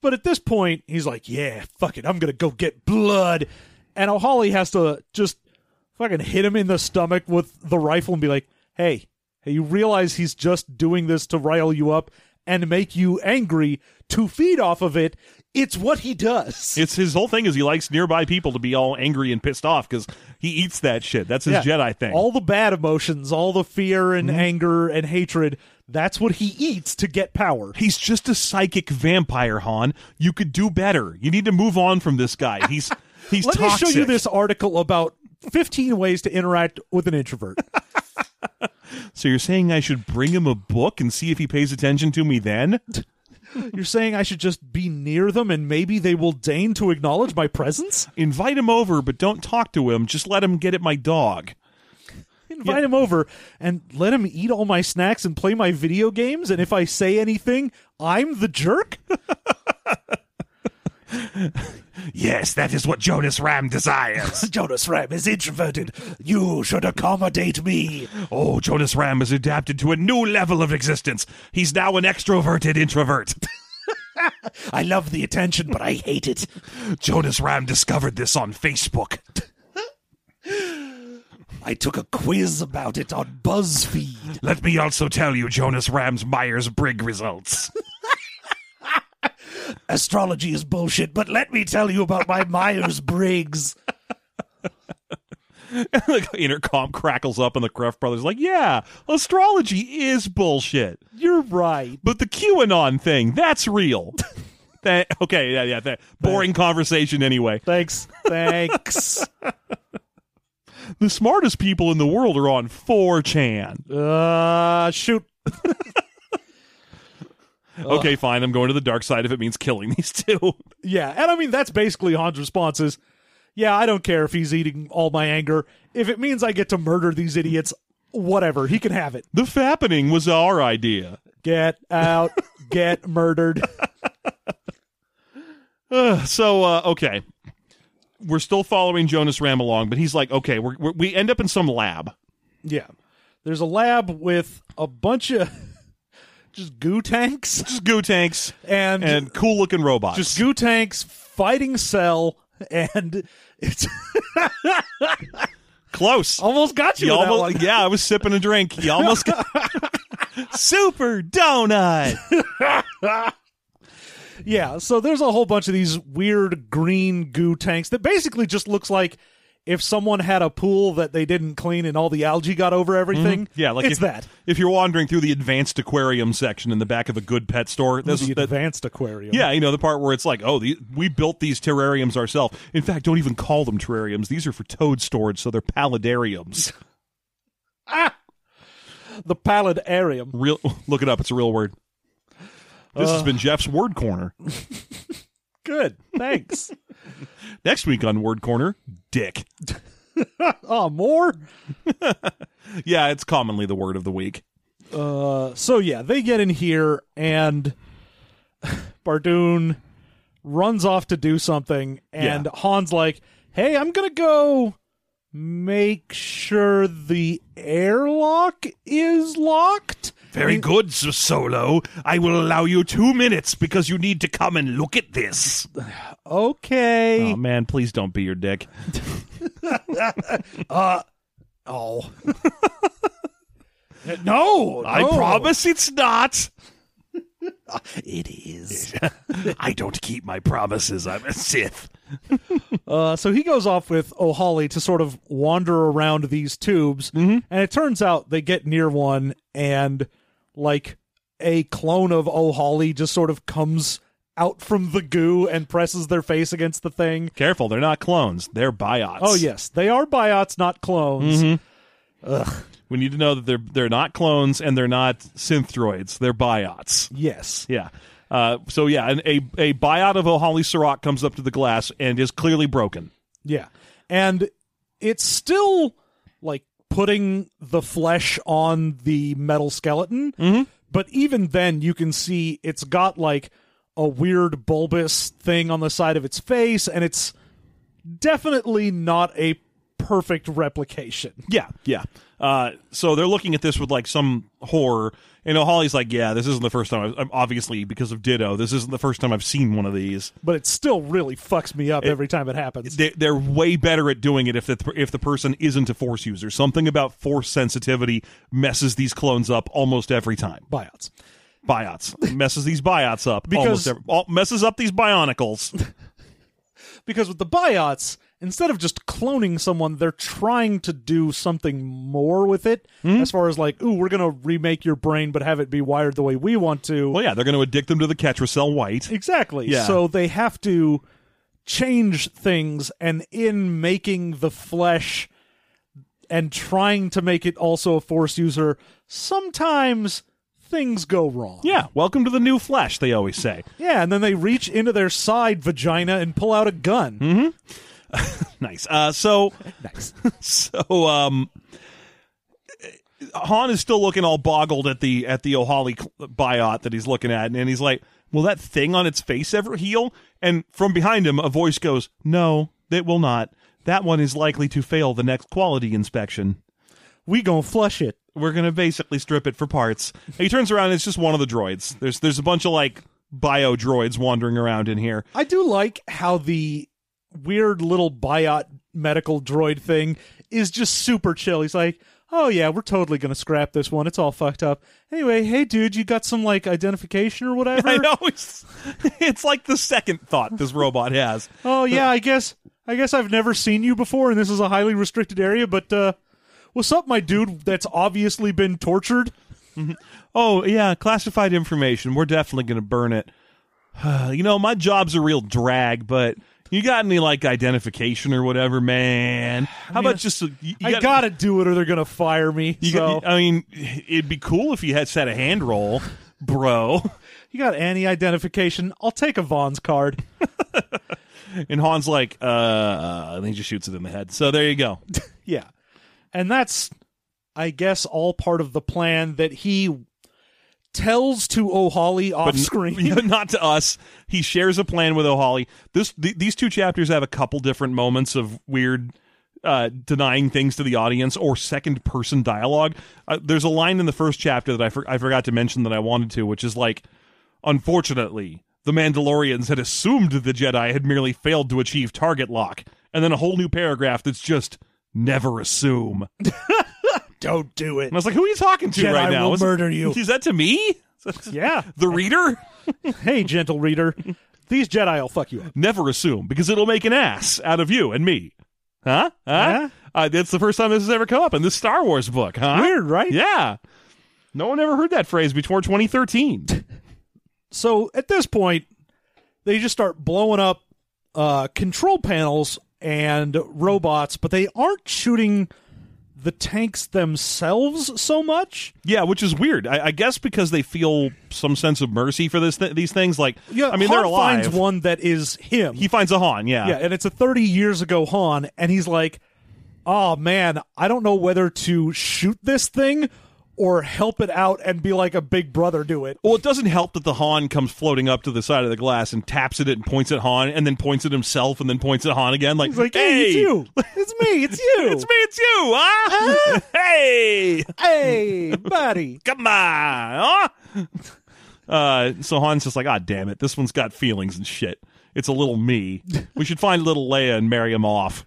Speaker 3: But at this point, he's like, yeah, fuck it. I'm going to go get blood. And O'Holly has to just fucking hit him in the stomach with the rifle and be like, hey, hey, you realize he's just doing this to rile you up and make you angry to feed off of it. It's what he does.
Speaker 2: It's his whole thing is he likes nearby people to be all angry and pissed off because he eats that shit. That's his
Speaker 3: Yeah.
Speaker 2: Jedi thing. Mm-hmm.
Speaker 3: All the bad emotions, all the fear and anger and hatred, that's what he eats to get power.
Speaker 2: He's just a psychic vampire, Han. You could do better. You need to move on from this guy. He's
Speaker 3: (laughs)
Speaker 2: he's
Speaker 3: Let
Speaker 2: toxic.
Speaker 3: me show you this article about 15 ways to interact with an introvert.
Speaker 2: So you're saying I should bring him a book and see if he pays attention to me then?
Speaker 3: You're saying I should just be near them and maybe they will deign to acknowledge my (laughs) presence?
Speaker 2: Invite him over, but don't talk to him. Just let him get at my dog.
Speaker 3: Invite him over and let him eat all my snacks and play my video games. And if I say anything, I'm the jerk?
Speaker 2: yes, that is what Jonas Ram desires.
Speaker 3: (laughs) Jonas Ram is introverted. You should accommodate me.
Speaker 2: oh, Jonas Ram has adapted to a new level of existence. He's now an extroverted introvert.
Speaker 3: (laughs)
Speaker 2: (laughs)
Speaker 3: I love the attention, but I hate it.
Speaker 2: Jonas Ram discovered this on Facebook.
Speaker 3: I took a quiz about it on BuzzFeed.
Speaker 2: Let me also tell you Jonas Ram's Myers Briggs results. (laughs)
Speaker 3: Astrology is bullshit, but let me tell you about (laughs) my Myers Briggs.
Speaker 2: the intercom crackles up, and the Cruff brothers like, "Yeah, astrology is bullshit,
Speaker 3: You're right.
Speaker 2: but the QAnon thing—that's real." (laughs) Tha- okay, yeah, yeah. tha- boring conversation anyway.
Speaker 3: Thanks. (laughs) Thanks.
Speaker 2: The smartest people in the world are on 4chan.
Speaker 3: uh, shoot.
Speaker 2: Okay, fine. I'm going to the dark side if it means killing (laughs) these two.
Speaker 3: Yeah, and I mean that's basically Han's response is, "Yeah, I don't care if he's eating all my anger. If it means I get to murder these idiots, whatever. He can have it.
Speaker 2: The fappening was our idea.
Speaker 3: Get out, (laughs) get murdered."
Speaker 2: Ugh, so, uh, okay. We're still following Jonas Ram along, but he's like, okay, we're, we're, we end up in some lab.
Speaker 3: Yeah, there's a lab with a bunch of (laughs) just goo tanks
Speaker 2: Just goo tanks
Speaker 3: and,
Speaker 2: and cool looking robots.
Speaker 3: just goo tanks fighting cell, and it's
Speaker 2: close.
Speaker 3: almost got you.
Speaker 2: You
Speaker 3: with that
Speaker 2: almost-
Speaker 3: one.
Speaker 2: yeah, I was sipping a drink. You
Speaker 3: (laughs)
Speaker 2: almost got. Super donut.
Speaker 3: Yeah, so there's a whole bunch of these weird green goo tanks that basically just looks like if someone had a pool that they didn't clean and all the algae got over everything.
Speaker 2: Mm-hmm. Yeah, like
Speaker 3: it's
Speaker 2: if,
Speaker 3: that.
Speaker 2: If you're wandering through the advanced aquarium section in the back of a good pet store, this is
Speaker 3: the
Speaker 2: that,
Speaker 3: advanced aquarium.
Speaker 2: yeah, you know the part where it's like, oh, the, we built these terrariums ourselves. In fact, don't even call them terrariums. These are for toad storage, so they're (laughs) paludariums.
Speaker 3: Ah! the paludarium.
Speaker 2: Real, look it up. It's a real word. This has been Jeff's Word Corner.
Speaker 3: Good, thanks.
Speaker 2: (laughs) Next week on Word Corner, dick.
Speaker 3: oh, more.
Speaker 2: Yeah, it's commonly the word of the week.
Speaker 3: Uh, so yeah, they get in here and (sighs) Bardoon runs off to do something, and Han's like, "Hey, I'm gonna go." Make sure the airlock is locked.
Speaker 2: Very good, S- Solo. I will allow you two minutes because you need to come and look at this.
Speaker 3: Okay.
Speaker 2: Oh man, please don't be your dick.
Speaker 3: oh. no,
Speaker 2: I
Speaker 3: no.
Speaker 2: promise it's not.
Speaker 3: It is.
Speaker 2: I don't keep my promises. I'm a Sith.
Speaker 3: Uh, so he goes off with O'Holly to sort of wander around these tubes, and it turns out they get near one, and like a clone of O'Holly just sort of comes out from the goo and presses their face against the thing.
Speaker 2: Careful, they're not clones. They're biots.
Speaker 3: Oh yes, they are biots, not clones.
Speaker 2: We need to know that they're they're not clones and they're not synthroids. They're biots.
Speaker 3: Yes,
Speaker 2: Yeah. Uh, so yeah, an, a a biot of O'Holly Sirach comes up to the glass and is clearly broken.
Speaker 3: Yeah. And it's still like putting the flesh on the metal skeleton. But even then, you can see it's got like a weird bulbous thing on the side of its face, and it's definitely not a perfect replication. (laughs)
Speaker 2: Yeah, yeah. Uh, so they're looking at this with like some horror, and O'Holly's like, "Yeah, this isn't the first time. I've, I'm- obviously, because of Ditto, this isn't the first time I've seen one of these.
Speaker 3: But it still really fucks me up every time it happens.
Speaker 2: they, they're way better at doing it if the if the person isn't a force user. Something about force sensitivity messes these clones up almost every time.
Speaker 3: Biots.
Speaker 2: Biots messes these biots up
Speaker 3: Because-
Speaker 2: almost every, all, messes up these bionicles.
Speaker 3: Because with the biots, instead of just cloning someone, they're trying to do something more with it.
Speaker 2: Hmm?
Speaker 3: As far as like, ooh, we're gonna remake your brain but have it be wired the way we want to.
Speaker 2: well, yeah, they're going to addict them to the Ketracel White.
Speaker 3: Exactly.
Speaker 2: Yeah.
Speaker 3: So they have to change things and in making the flesh and trying to make it also a force user, sometimes things go wrong.
Speaker 2: Yeah, welcome to the new flesh. They always say.
Speaker 3: Yeah, and then they reach into their side vagina and pull out a gun.
Speaker 2: Mm-hmm. Nice. Uh, so
Speaker 3: Nice.
Speaker 2: so um Han is still looking all boggled at the at the O'Holly cl- biot that he's looking at, and, and he's like, "Will that thing on its face ever heal?" And from behind him, a voice goes, "No, it will not. That one is likely to fail the next quality inspection.
Speaker 3: (laughs) We gonna flush it.
Speaker 2: We're gonna basically strip it for parts." And he turns around, and it's just one of the droids. There's there's a bunch of like bio droids wandering around in here.
Speaker 3: I do like how the weird little biot medical droid thing is just super chill. He's like, "Oh yeah, we're totally gonna scrap this one. It's all fucked up." Anyway, hey dude, you got some like identification or whatever?
Speaker 2: (laughs) I know it's, it's like the second thought this robot has.
Speaker 3: Oh yeah, I guess I guess I've never seen you before, and this is a highly restricted area. But uh, what's up, my dude? That's obviously been tortured.
Speaker 2: Oh yeah, classified information. We're definitely going to burn it. (sighs) you know, my job's a real drag, but you got any like identification or whatever, man? How about just a- you, you
Speaker 3: I
Speaker 2: gotta-
Speaker 3: gotta do it, or they're gonna fire me.
Speaker 2: You
Speaker 3: so
Speaker 2: got, I mean, it'd be cool if you had set a hand roll, bro.
Speaker 3: you got any identification? I'll take a Vaughn's card.
Speaker 2: And Han's like, uh, and he just shoots it in the head. So there you go.
Speaker 3: Yeah. And that's, I guess, all part of the plan that he tells to O'Holly off screen.
Speaker 2: (laughs) Yeah, not to us. He shares a plan with O'Holly. This th- these two chapters have a couple different moments of weird uh, denying things to the audience or second person dialogue. Uh, there's a line in the first chapter that I for- I forgot to mention that I wanted to, which is like, unfortunately, the Mandalorians had assumed the Jedi had merely failed to achieve target lock, and then a whole new paragraph that's just never assume. And
Speaker 3: Don't do it.
Speaker 2: I was like, who are you talking to
Speaker 3: Jedi
Speaker 2: right now?
Speaker 3: will
Speaker 2: Is-
Speaker 3: murder you.
Speaker 2: Is that to me?
Speaker 3: (laughs) Yeah.
Speaker 2: The reader?
Speaker 3: Hey, gentle reader. These Jedi will fuck you up.
Speaker 2: never assume because it'll make an ass out of you and me. Huh? Huh?
Speaker 3: Huh?
Speaker 2: Uh, that's the first time this has ever come up in this Star Wars book, (laughs) huh?
Speaker 3: Weird, right?
Speaker 2: Yeah. No one ever heard that phrase before
Speaker 3: (laughs)
Speaker 2: 2013.
Speaker 3: So at this point, they just start blowing up uh, control panels and robots, but they aren't shooting the tanks themselves so much.
Speaker 2: yeah, which is weird. I, I guess because they feel some sense of mercy for this th- these things. Like,
Speaker 3: Yeah,
Speaker 2: I mean,
Speaker 3: Han
Speaker 2: they're alive.
Speaker 3: finds one that is him.
Speaker 2: He finds a Han. Yeah.
Speaker 3: Yeah, and it's a 30 years ago Han, and he's like, oh man, I don't know whether to shoot this thing or help it out and be like a big brother do it.
Speaker 2: Well, it doesn't help that the Han comes floating up to the side of the glass and taps at it and points at Han and then points at himself and then points at Han again. Like,
Speaker 3: He's like, hey, it's you. (laughs) It's me, it's you.
Speaker 2: It's me, it's you, huh? (laughs) hey!
Speaker 3: Hey, buddy.
Speaker 2: Come on. huh? Uh, so Han's just like, ah, damn it. This one's got feelings and shit. It's a little me. We should find little Leia and marry him off.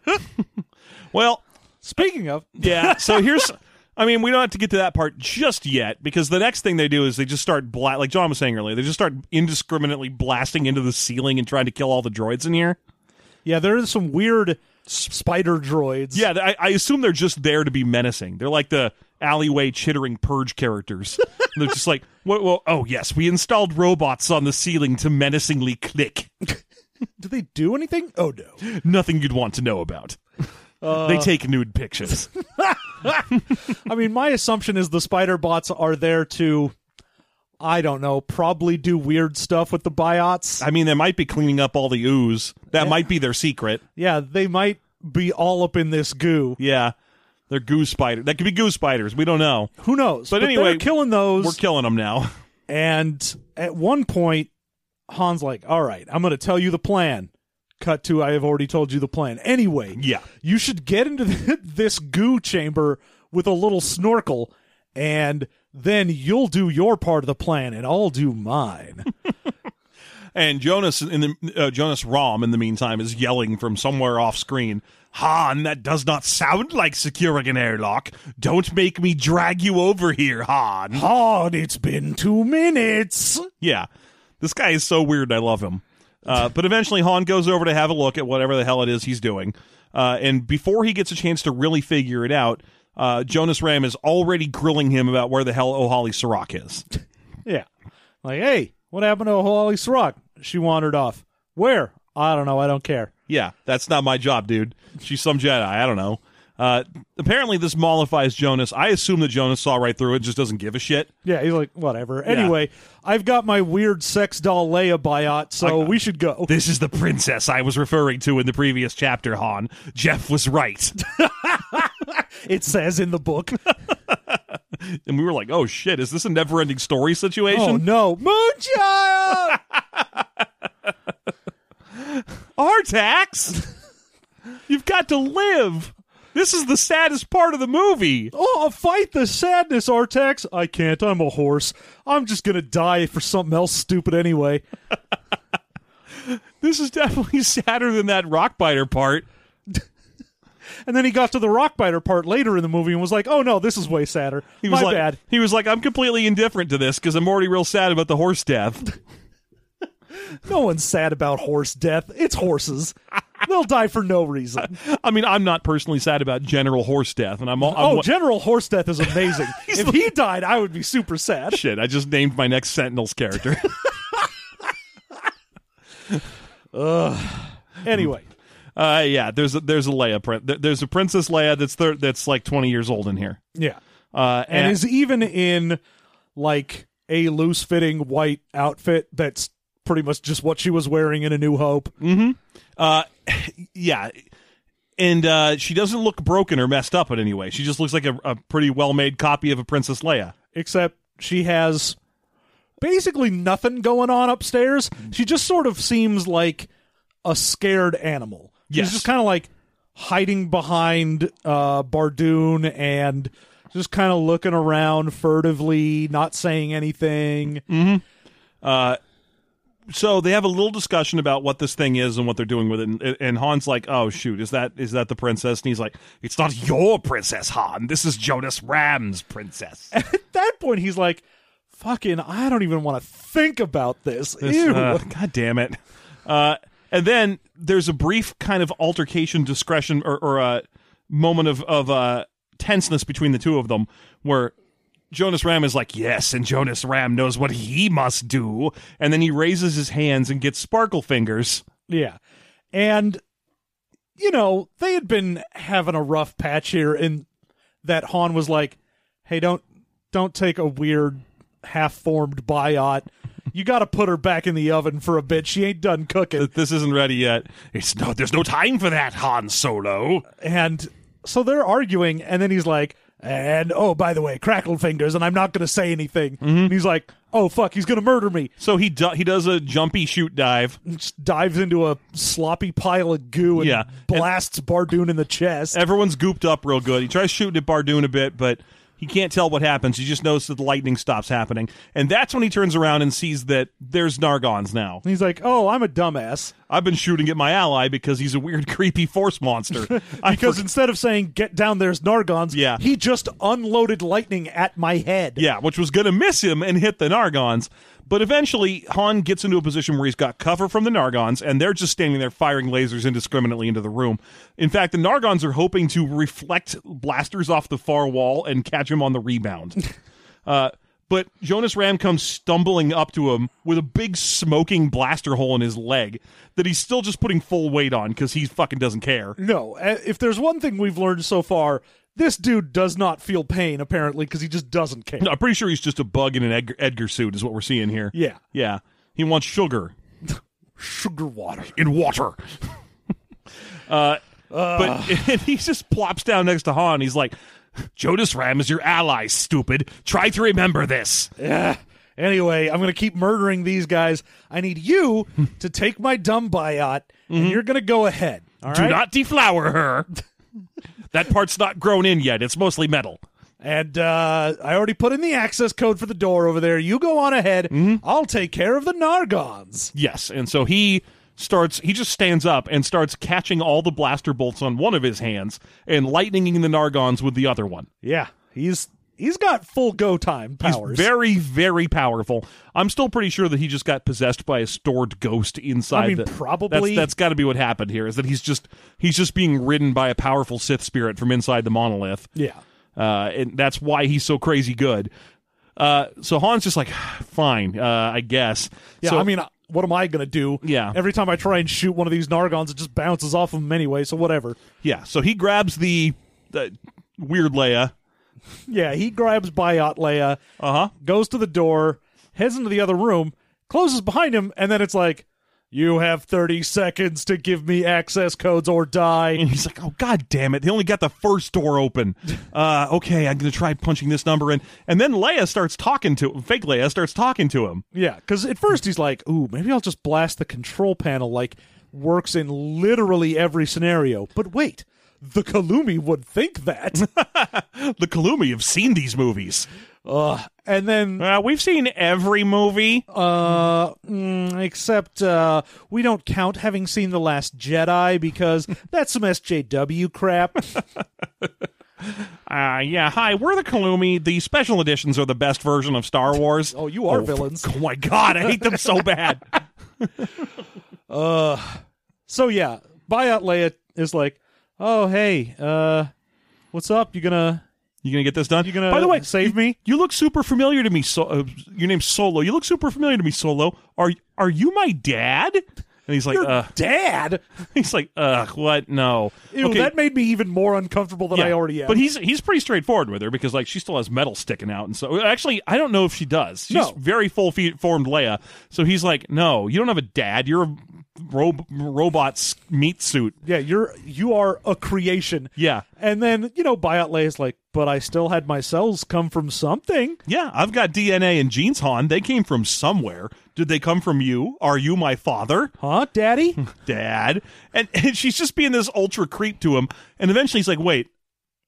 Speaker 2: (laughs) well,
Speaker 3: Speaking of,
Speaker 2: yeah. So here's, I mean, we don't have to get to that part just yet because the next thing they do is they just start, bla- like John was saying earlier, they just start indiscriminately blasting into the ceiling and trying to kill all the droids in here.
Speaker 3: yeah, there are some weird spider droids.
Speaker 2: Yeah, I, I assume they're just there to be menacing. They're like the alleyway chittering purge characters. (laughs) they're just like, well, well, oh yes, we installed robots on the ceiling to menacingly click.
Speaker 3: Do they do anything? Oh, no.
Speaker 2: Nothing you'd want to know about. they take nude pictures.
Speaker 3: I mean, my assumption is the spider bots are there to, I don't know, probably do weird stuff with the biots.
Speaker 2: I mean, they might be cleaning up all the ooze. That might be their secret.
Speaker 3: Yeah, they might be all up in this goo.
Speaker 2: Yeah, they're goo spider. That could be goo spiders. We don't know.
Speaker 3: Who knows?
Speaker 2: But anyway,
Speaker 3: they're killing those.
Speaker 2: We're killing them now.
Speaker 3: and at one point, Han's like, "All right, I'm going to tell you the plan." Cut to, I have already told you the plan. Anyway,
Speaker 2: Yeah.
Speaker 3: you should get into (laughs) th- this goo chamber with a little snorkel, and then you'll do your part of the plan, and I'll do
Speaker 2: (laughs)
Speaker 3: mine.
Speaker 2: And Jonas in the uh, Jonas Rom in the meantime is yelling from somewhere off screen. Han, that does not sound like securing an airlock. Don't make me drag you over here, Han.
Speaker 3: Han, it's been two minutes.
Speaker 2: Yeah, this guy is so weird. I love him. Uh, but eventually, Han goes over to have a look at whatever the hell it is he's doing. Uh, and before he gets a chance to really figure it out, uh, Jonas Ram is already grilling him about where the hell O'Holly Sirach is.
Speaker 3: Yeah. Like, hey, what happened to Holly Srock? She wandered off. Where? I don't know. I don't care.
Speaker 2: Yeah, that's not my job, dude. She's some Jedi. I don't know. Uh, apparently, this mollifies Jonas. I assume that Jonas saw right through it, just doesn't give a shit.
Speaker 3: Yeah, he's like, whatever. Anyway, I've got my weird sex doll Leia biot, so we should
Speaker 2: (laughs)
Speaker 3: go.
Speaker 2: This is the princess I was referring to in the previous chapter, Han. Jeff was right. Oh,
Speaker 3: It says in the book.
Speaker 2: (laughs) and we were like, "Oh shit, is this a never-ending story
Speaker 3: Oh
Speaker 2: situation?" (laughs)
Speaker 3: no, Moonchild!
Speaker 2: Our tax. (laughs) You've got to live. This is the saddest part of the movie.
Speaker 3: oh, fight the sadness, Artax. I can't. I'm a horse. I'm just gonna die for something else stupid anyway.
Speaker 2: This is definitely (laughs) sadder than that rock biter part.
Speaker 3: And then he got to the rock biter part later in the movie and was like, "Oh no, this is way sadder.
Speaker 2: He was
Speaker 3: My
Speaker 2: like,
Speaker 3: bad."
Speaker 2: he was like, I'm completely indifferent to this because I'm already real sad about the horse death.
Speaker 3: No one's sad about horse death.
Speaker 2: (laughs)
Speaker 3: It's horses. They'll die for no reason.
Speaker 2: I mean, I'm not personally sad about general horse death, and I'm all. (laughs) I'm
Speaker 3: Oh,
Speaker 2: wa-
Speaker 3: General Horse Death
Speaker 2: (laughs)
Speaker 3: is amazing. if he died, I would be super sad.
Speaker 2: shit! I just named my next Sentinels
Speaker 3: (laughs)
Speaker 2: character.
Speaker 3: Anyway,
Speaker 2: uh, yeah, there's a, there's a Leia print. There's a Princess Leia that's thir- that's like 20 years old in here.
Speaker 3: yeah,
Speaker 2: Uh,
Speaker 3: and is even in like a loose fitting white outfit that's pretty much just what she was wearing in A New Hope.
Speaker 2: Uh, yeah. And uh, she doesn't look broken or messed up in any way. She just looks like a, a pretty well made copy of a Princess Leia.
Speaker 3: except she has basically nothing going on upstairs. She just sort of seems like a scared animal.
Speaker 2: Yes.
Speaker 3: She's just kind of like hiding behind uh Bardoon and just kind of looking around furtively, not saying anything.
Speaker 2: So they have a little discussion about what this thing is and what they're doing with it. And, and Han's like, "Oh shoot, is that is that the princess?" And he's like, "It's not your princess, Han. This is Jonas Ram's princess."
Speaker 3: At that point he's like, "Fucking, I don't even want to think about this." Ew.
Speaker 2: Uh, (laughs) God damn it. Uh, and then there's a brief kind of altercation, discretion, or, or a moment of, of uh, tenseness between the two of them where Jonas Ram is like, yes, and Jonas Ram knows what he must do. And then he raises his hands and gets sparkle fingers.
Speaker 3: Yeah. And, you know, they had been having a rough patch here, and that Han was like, hey, don't don't take a weird half formed biot. You gotta put her back in the oven for a bit. She ain't done cooking.
Speaker 2: Th- This isn't ready yet. It's no, there's no time for that, Han Solo.
Speaker 3: And so they're arguing, and then he's like, and oh, by the way, crackle fingers, and I'm not gonna say anything. And he's like, oh fuck, he's gonna murder me.
Speaker 2: So he do- he does a jumpy shoot dive.
Speaker 3: And just dives into a sloppy pile of goo and
Speaker 2: Yeah.
Speaker 3: blasts Bardoon in the chest.
Speaker 2: Everyone's gooped up real good. He tries shooting at Bardoon a bit, but he can't tell what happens. He just knows that the lightning stops happening. And that's when he turns around and sees that there's Nargons now.
Speaker 3: And he's like, oh, I'm a dumbass.
Speaker 2: I've been shooting at my ally because he's a weird, (laughs) creepy force monster. I
Speaker 3: Because
Speaker 2: for-
Speaker 3: instead of saying "get down," there's Nargons.
Speaker 2: Yeah.
Speaker 3: he just unloaded lightning at my head.
Speaker 2: yeah, which was going to miss him and hit the Nargons. But eventually, Han gets into a position where he's got cover from the Nargons, and they're just standing there firing lasers indiscriminately into the room. In fact, the Nargons are hoping to reflect blasters off the far wall and catch him on the rebound. Uh, but Jonas Ram comes stumbling up to him with a big smoking blaster hole in his leg that he's still just putting full weight on because he fucking doesn't care.
Speaker 3: No, uh, if there's one thing we've learned so far, this dude does not feel pain apparently because he just doesn't care.
Speaker 2: I'm pretty sure he's just a bug in an Edgar, Edgar suit, is what we're seeing here.
Speaker 3: Yeah,
Speaker 2: Yeah. He wants sugar
Speaker 3: sugar water.
Speaker 2: in water. (laughs) uh, But (laughs) and he just plops down next to Han. He's like, Jonas Ram is your ally, stupid. Try to remember this.
Speaker 3: Yeah. Anyway, I'm gonna keep murdering these guys. I need
Speaker 2: (laughs)
Speaker 3: you to take my dumb biot, and you're gonna go ahead. All right.
Speaker 2: Mm-hmm. Do not deflower her. (laughs) that part's not grown in yet. It's mostly metal.
Speaker 3: And uh, I already put in the access code for the door over there. You go on ahead.
Speaker 2: Mm-hmm.
Speaker 3: I'll take care of the Nargons.
Speaker 2: Yes, and so he starts he just stands up and starts catching all the blaster bolts on one of his hands and lightninging the Nargons with the other one.
Speaker 3: Yeah, he's he's got full go time
Speaker 2: He's
Speaker 3: powers.
Speaker 2: very, very powerful. I'm still pretty sure that he just got possessed by a stored ghost inside.
Speaker 3: I mean,
Speaker 2: the-
Speaker 3: probably.
Speaker 2: that's, that's got to be what happened here. Is that he's just he's just being ridden by a powerful Sith spirit from inside the monolith.
Speaker 3: yeah.
Speaker 2: uh, and that's why he's so crazy good. Uh, so Han's just like, (sighs) fine, uh, I guess.
Speaker 3: Yeah,
Speaker 2: so,
Speaker 3: I mean, what am I gonna do?
Speaker 2: Yeah.
Speaker 3: Every time I try and shoot one of these Nargons, it just bounces off of them anyway. So whatever.
Speaker 2: yeah. So he grabs the, the weird Leia.
Speaker 3: Yeah, he grabs Bayat Leia,
Speaker 2: Uh huh.
Speaker 3: goes to the door, heads into the other room, closes behind him, and then it's like, you have 30 seconds to give me access codes or die.
Speaker 2: And he's like, "Oh God damn it! They only got the first door open. Uh, okay, I'm gonna try punching this number in." And then Leia starts talking to fake Leia starts talking to him.
Speaker 3: yeah, because at first he's like, ooh, maybe I'll just blast the control panel like works in literally every scenario. But wait, the Kalumi would think that.
Speaker 2: (laughs) The Kalumi have seen these movies.
Speaker 3: Ugh. And then
Speaker 2: Uh, we've seen every movie.
Speaker 3: Uh, mm, except uh, we don't count having seen the Last Jedi (laughs) because that's some SJW crap.
Speaker 2: Uh, yeah. Hi, we're the Kalumi. The special editions are the best version of Star Wars.
Speaker 3: (laughs) Oh, you are
Speaker 2: f-
Speaker 3: villains.
Speaker 2: (laughs) Oh my God, I hate them
Speaker 3: (laughs)
Speaker 2: so bad.
Speaker 3: So yeah, buyout Leia is like, oh hey, uh, what's up? You gonna
Speaker 2: You gonna get this done?
Speaker 3: you gonna
Speaker 2: By the way,
Speaker 3: save me?
Speaker 2: you look super familiar to me. So, uh, your name's Solo. You look super familiar to me, Solo. Are are you my dad? And he's like, uh,
Speaker 3: Dad,
Speaker 2: (laughs) he's like, uh, what? No.
Speaker 3: Ew, that made me even more uncomfortable than I
Speaker 2: Yeah.
Speaker 3: already am.
Speaker 2: But he's he's pretty straightforward with her because like she still has metal sticking out, and so actually I don't know if she does. She's
Speaker 3: No.
Speaker 2: very full fe- formed Leia, so he's like, no, you don't have a dad. You're a rob- robot s- meat suit.
Speaker 3: yeah, you're you are a creation.
Speaker 2: Yeah,
Speaker 3: And then you know, buyout Leia's like, but I still had my cells come from something.
Speaker 2: yeah. I've got DNA and genes, Han. They came from somewhere. Did they come from you? Are you my father,
Speaker 3: Huh, (laughs) Daddy?
Speaker 2: Dad? And (laughs) and she's just being this ultra creep to him, and eventually he's like, wait.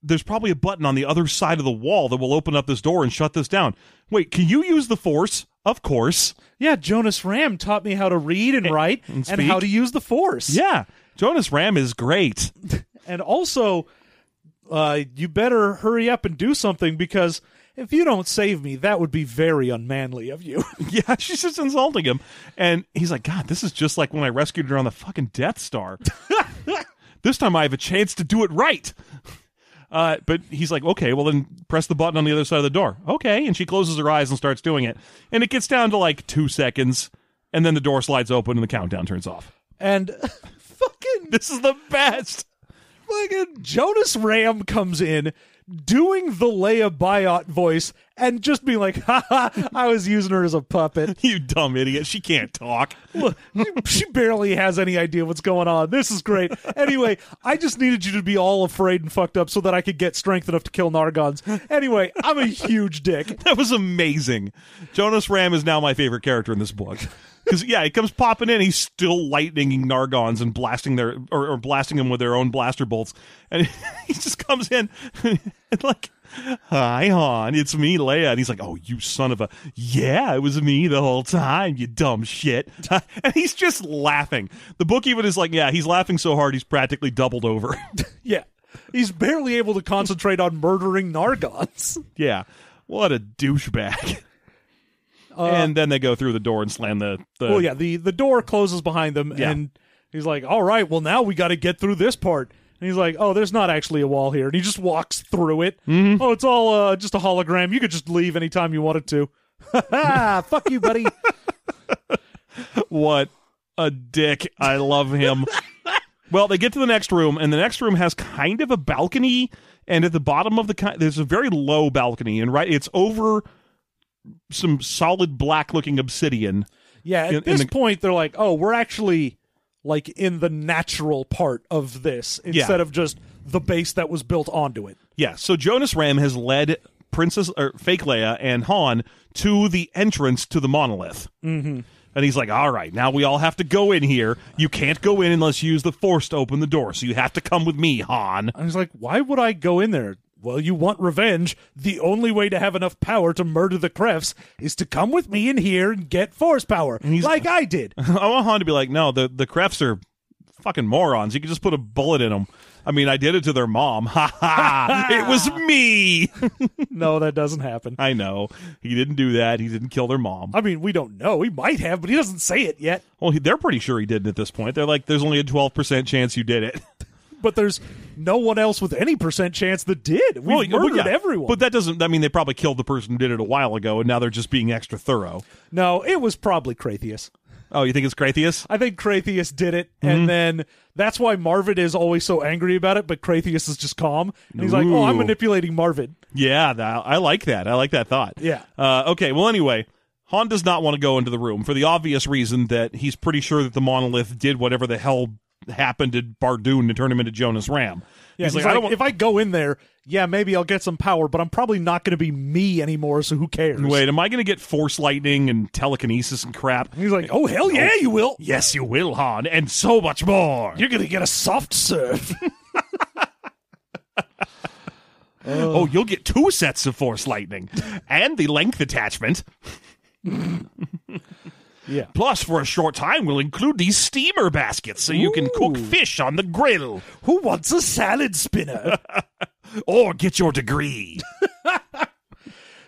Speaker 2: There's probably a button on the other side of the wall that will open up this door and shut this down. Wait, can you use the force? Of course.
Speaker 3: yeah, Jonas Ram taught me how to read and write and,
Speaker 2: speak.
Speaker 3: how to use the force.
Speaker 2: Yeah. Jonas Ram is great.
Speaker 3: And also, uh, you better hurry up and do something because if you don't save me, that would be very unmanly of you. (laughs)
Speaker 2: (laughs) yeah, she's just insulting him. And he's like, God, this is just like when I rescued her on the fucking Death Star. this time I have a chance to do it right. Uh, but he's like, okay, well then press the button on the other side of the door. Okay. And she closes her eyes and starts doing it. And it gets down to like two seconds. And then the door slides open and the countdown turns off. (laughs)
Speaker 3: and (laughs) fucking
Speaker 2: This is the best.
Speaker 3: fucking Jonas Ram comes in doing the Leia Biot voice and just being like, (laughs) "Ha ha! I was using her as
Speaker 2: (laughs)
Speaker 3: a puppet.
Speaker 2: You dumb idiot. She can't talk.
Speaker 3: Look, she- she barely has any idea what's going on. This is great. Anyway, I just needed you to be all afraid and fucked up so that I could get strength enough to kill Nargons. Anyway, I'm a huge dick.
Speaker 2: (laughs) That was amazing. Jonas Ram is now my favorite character in this book. Because yeah, he comes popping in. He's still lightninging Nargons and blasting their or, or blasting them with their own blaster bolts, and (laughs) he just comes in (laughs) and like, "Hi, Han, it's me, Leia." And he's like, "Oh, you son of a yeah, it was me the whole time, you dumb shit." (laughs) And he's just laughing. The book even is like, "Yeah, he's laughing so hard he's practically doubled over." (laughs)
Speaker 3: Yeah. He's barely able to concentrate on
Speaker 2: (laughs)
Speaker 3: murdering Nargons.
Speaker 2: yeah, what a
Speaker 3: (laughs)
Speaker 2: douchebag. and then they go through the door and slam the. the
Speaker 3: Uh, Well, yeah, the, the door closes behind them,
Speaker 2: Yeah.
Speaker 3: and he's like, all right, well, now we got to get through this part. And he's like, oh, there's not actually a wall here. And he just walks through it.
Speaker 2: Mm-hmm.
Speaker 3: Oh, it's all uh, just a hologram. You could just leave anytime you wanted
Speaker 2: (laughs)
Speaker 3: to. (laughs) Ha ha! Fuck you, buddy.
Speaker 2: What a dick. I love
Speaker 3: (laughs)
Speaker 2: him. well, they get to the next room, and the next room has kind of a balcony. And at the bottom of the, ki- there's a very low balcony, and right, it's over some solid black looking obsidian.
Speaker 3: Yeah, at
Speaker 2: In- in
Speaker 3: this
Speaker 2: the-
Speaker 3: point, they're like, oh, we're actually like in the natural part of this instead of just the base that was built onto it.
Speaker 2: Yeah, so Jonas Ram has led Princess or Fake Leia and Han to the entrance to the monolith. Mm-hmm. And he's like, "All right, now we all have to go in here. You can't go in unless you use the Force to open the door. So you have to come with me, Han."
Speaker 3: I was like, why would I go in there? Well, you want revenge. The only way to have enough power to murder the Krefts is to come with me in here and get force power, like
Speaker 2: (laughs)
Speaker 3: I did.
Speaker 2: I want Han to be like, no, the the Krefts are fucking morons. You can just put a bullet in them. I mean, I did it to their mom. (laughs) Ha ha! it was me.
Speaker 3: no, that doesn't happen.
Speaker 2: I know he didn't do that. He didn't kill their mom.
Speaker 3: I mean, we don't know. He might have, but he doesn't say it yet.
Speaker 2: Well, he, they're pretty sure he didn't at this point. They're like, there's only a twelve percent chance you did it. (laughs)
Speaker 3: But there's no one else with any percent chance that did. We
Speaker 2: Well,
Speaker 3: murdered
Speaker 2: yeah.
Speaker 3: everyone.
Speaker 2: But that doesn't. I mean, they probably killed the person who did it a while ago, and now they're just being extra thorough.
Speaker 3: no, it was probably Kratheus.
Speaker 2: Oh, you think it's Kratheus?
Speaker 3: I think Kratheus did it,
Speaker 2: Mm-hmm.
Speaker 3: and then that's why Marvid is always so angry about it. But Kratheus is just calm, and he's like, "Oh, I'm
Speaker 2: Ooh.
Speaker 3: manipulating Marvid."
Speaker 2: Yeah, that, I like that. I like that thought.
Speaker 3: Yeah.
Speaker 2: Uh, okay. Well, anyway, Han does not want to go into the room for the obvious reason that he's pretty sure that the monolith did whatever the hell happened to Bardoon to turn him into Jonas Ram.
Speaker 3: Yeah,
Speaker 2: he's, like, I don't want,
Speaker 3: if I go in there, yeah, maybe I'll get some power, but I'm probably not going to be me anymore. So who cares?
Speaker 2: wait, am I going to get force lightning and telekinesis and crap?
Speaker 3: He's like, oh hell yeah, you will.
Speaker 2: Yes, you will, Han, and so much more.
Speaker 3: You're going to get a
Speaker 2: (laughs)
Speaker 3: soft serve.
Speaker 2: oh, you'll get two sets of force lightning and the length (laughs) attachment.
Speaker 3: yeah.
Speaker 2: Plus, for a short time, we'll include these steamer baskets so you can cook
Speaker 3: Ooh.
Speaker 2: fish on the grill
Speaker 3: Who wants a
Speaker 2: (laughs)
Speaker 3: salad spinner?
Speaker 2: or get your degree.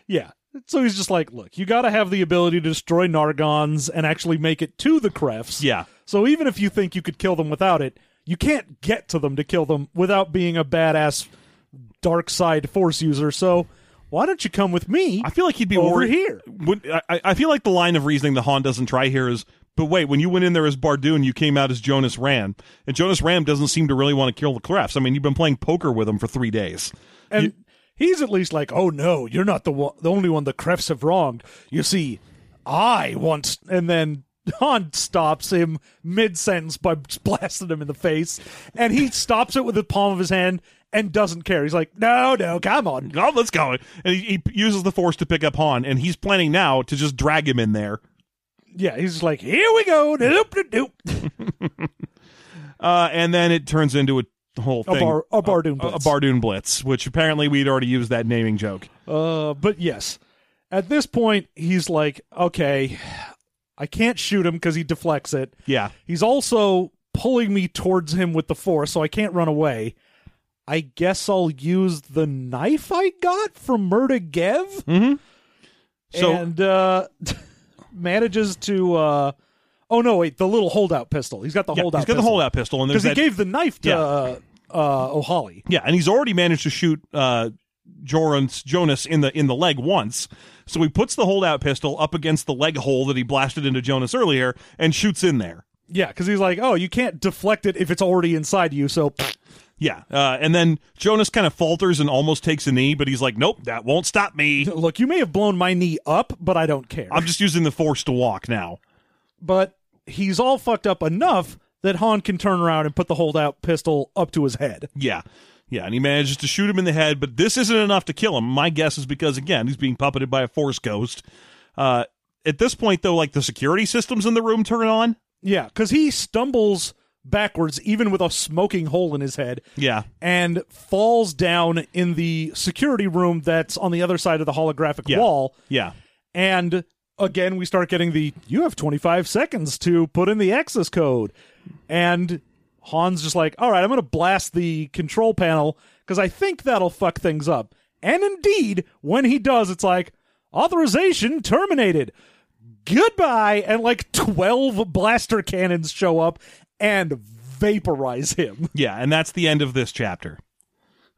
Speaker 3: yeah. So he's just like, look, you got to have the ability to destroy Nargons and actually make it to the Krefts.
Speaker 2: yeah.
Speaker 3: So even if you think you could kill them without it, you can't get to them to kill them without being a badass dark side force user. So why don't you come with me?
Speaker 2: I feel like he'd be
Speaker 3: Over
Speaker 2: worried.
Speaker 3: here.
Speaker 2: Would- I, I feel like the line of reasoning the Han doesn't try here is, but wait, when you went in there as Bardoon, you came out as Jonas Ram, and Jonas Ram doesn't seem to really want to kill the Crafts. I mean, you've been playing poker with him for three days.
Speaker 3: and he's at least like, "Oh no, you're not the one, the only one the Krefts have wronged. You see, I want." And then Han stops him mid sentence by (laughs) blasting him in the face, and he stops it with the palm of his hand and doesn't care. He's like, "No, no, come on."
Speaker 2: Oh, let's go! And he, he uses the Force to pick up Han, and he's planning now to just drag him in there.
Speaker 3: Yeah, he's just like, "Here we go." Doop-doop-doop.
Speaker 2: Uh, and then it turns into a whole
Speaker 3: A
Speaker 2: thing.
Speaker 3: bar, a Bardoon
Speaker 2: a
Speaker 3: blitz.
Speaker 2: Bardoon Blitz, which apparently we'd already used that naming joke.
Speaker 3: Uh, but yes, at this point, he's like, okay, I can't shoot him because he deflects it.
Speaker 2: Yeah.
Speaker 3: He's also pulling me towards him with the force, so I can't run away. I guess I'll use the knife I got from Murda Gev.
Speaker 2: Mm-hmm. So
Speaker 3: and uh, (laughs) manages to. Uh, oh, no, wait, the little holdout pistol. He's got the
Speaker 2: yeah,
Speaker 3: holdout
Speaker 2: he's got the
Speaker 3: pistol.
Speaker 2: holdout pistol, and there's
Speaker 3: Because he
Speaker 2: that-
Speaker 3: gave the knife to
Speaker 2: Yeah.
Speaker 3: uh, uh, O'Holly.
Speaker 2: Yeah, and he's already managed to shoot uh, Jorans, Jonas in the in the leg once. So he puts the holdout pistol up against the leg hole that he blasted into Jonas earlier and shoots in there.
Speaker 3: Yeah, because he's like, oh, you can't deflect it if it's already inside you, so. (laughs)
Speaker 2: Yeah, uh, and then Jonas kind of falters and almost takes a knee, but he's like, "Nope, that won't stop me.
Speaker 3: Look, you may have blown my knee up, but I don't care.
Speaker 2: I'm just using the force to walk now."
Speaker 3: but he's all fucked up enough that Han can turn around and put the holdout pistol up to his head.
Speaker 2: Yeah, yeah, and he manages to shoot him in the head, but this isn't enough to kill him. My guess is because again, he's being puppeted by a force ghost. Uh, at this point, though, like the security systems in the room turn on.
Speaker 3: Yeah, because he stumbles backwards, even with a smoking hole in his head,
Speaker 2: Yeah,
Speaker 3: and falls down in the security room that's on the other side of the holographic
Speaker 2: Yeah.
Speaker 3: wall.
Speaker 2: yeah.
Speaker 3: And again, we start getting the you have 25 seconds to put in the access code. And Han's just like, all right, I'm going to blast the control panel because I think that'll fuck things up. And indeed, when he does, it's like, authorization terminated. Goodbye. And like 12 blaster cannons show up and vaporize him.
Speaker 2: Yeah, and that's the end of this chapter.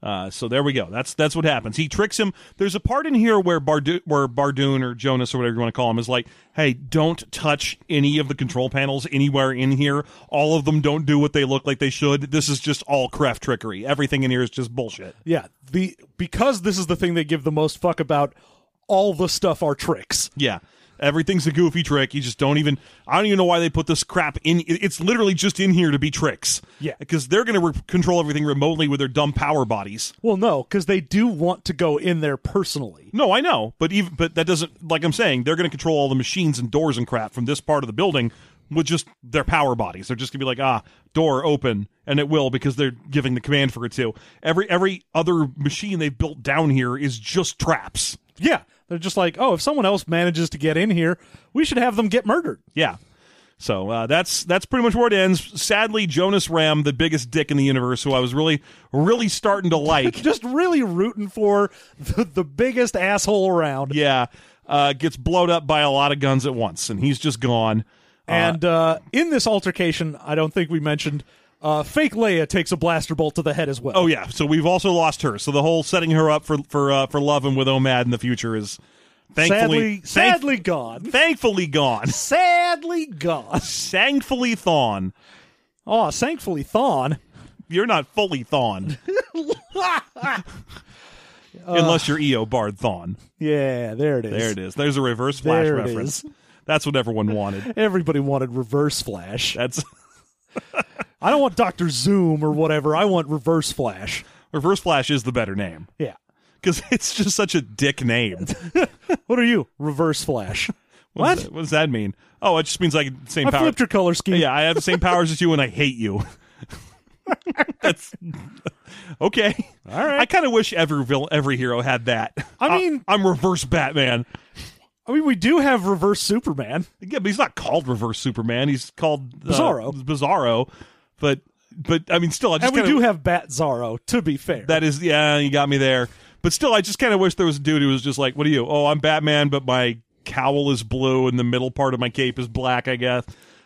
Speaker 2: Uh, so there we go. That's that's what happens. He tricks him. There's a part in here where Bardo- where Bardoon or Jonas or whatever you want to call him is like, "Hey, don't touch any of the control panels anywhere in here. All of them don't do what they look like they should. This is just all craft trickery. Everything in here is just bullshit."
Speaker 3: Yeah. The because this is the thing they give the most fuck about all the stuff are tricks.
Speaker 2: Yeah. Everything's a goofy trick. You just don't even. I don't even know why they put this crap in. it- It's literally just in here to be tricks.
Speaker 3: Yeah.
Speaker 2: Because they're going to re- control everything remotely with their dumb power bodies.
Speaker 3: Well, no, because they do want to go in there personally.
Speaker 2: No, I know, but even but that doesn't like I'm saying they're going to control all the machines and doors and crap from this part of the building with just their power bodies. They're just going to be like, ah, door open, and it will because they're giving the command for it to. Every every other machine they've built down here is just traps.
Speaker 3: Yeah, they're just like, oh, if someone else manages to get in here, we should have them get murdered. (laughs)
Speaker 2: Yeah. So uh, that's that's pretty much where it ends. Sadly, Jonas Ram, the biggest dick in the universe, who I was really really starting to like, (laughs)
Speaker 3: Just really rooting for the, the biggest asshole around.
Speaker 2: yeah, uh, gets blowed up by a lot of guns at once, and he's just gone.
Speaker 3: And uh, in this altercation, I don't think we mentioned uh, fake Leia takes a blaster bolt to the head as well.
Speaker 2: Oh yeah, so we've also lost her. So the whole setting her up for for uh, for love and with Omad in the future is thankfully
Speaker 3: sadly,
Speaker 2: thank-
Speaker 3: sadly gone.
Speaker 2: thankfully gone. (laughs)
Speaker 3: Sadly gone.
Speaker 2: Thankfully thawed.
Speaker 3: Oh, thankfully Thawne. (laughs)
Speaker 2: You're not fully thawed. Unless you're EO Bard Thon.
Speaker 3: Yeah, there it is.
Speaker 2: There it is. There's a reverse flash
Speaker 3: There it
Speaker 2: reference.
Speaker 3: is.
Speaker 2: That's what everyone wanted.
Speaker 3: Everybody wanted Reverse Flash.
Speaker 2: That's (laughs)
Speaker 3: I don't want Doctor Zoom or whatever. I want Reverse Flash.
Speaker 2: Reverse Flash is the better name
Speaker 3: Yeah.
Speaker 2: because (laughs) it's just such a dick
Speaker 3: (laughs)
Speaker 2: name.
Speaker 3: What are you? Reverse (laughs) Flash.
Speaker 2: What?
Speaker 3: What?
Speaker 2: does that- What does that mean? Oh, it just means like same
Speaker 3: I
Speaker 2: power.
Speaker 3: flipped your color scheme.
Speaker 2: Yeah, I have the same powers as you, and I hate you. (laughs) That's okay.
Speaker 3: All right.
Speaker 2: I kind of wish every vill- every hero had that.
Speaker 3: I mean-
Speaker 2: I, am reverse Batman.
Speaker 3: I mean, we do have Reverse Superman.
Speaker 2: Yeah, but he's not called reverse Superman. He's called uh,
Speaker 3: Bizarro.
Speaker 2: Bizarro, but but I mean, still, I just
Speaker 3: And we
Speaker 2: kinda-
Speaker 3: do have Bat Zorro, to be fair.
Speaker 2: that is yeah, you got me there. But still, I just kind of wish there was a dude who was just like, "What are you? Oh, I'm Batman, but my cowl is blue and the middle part of my cape is black. I guess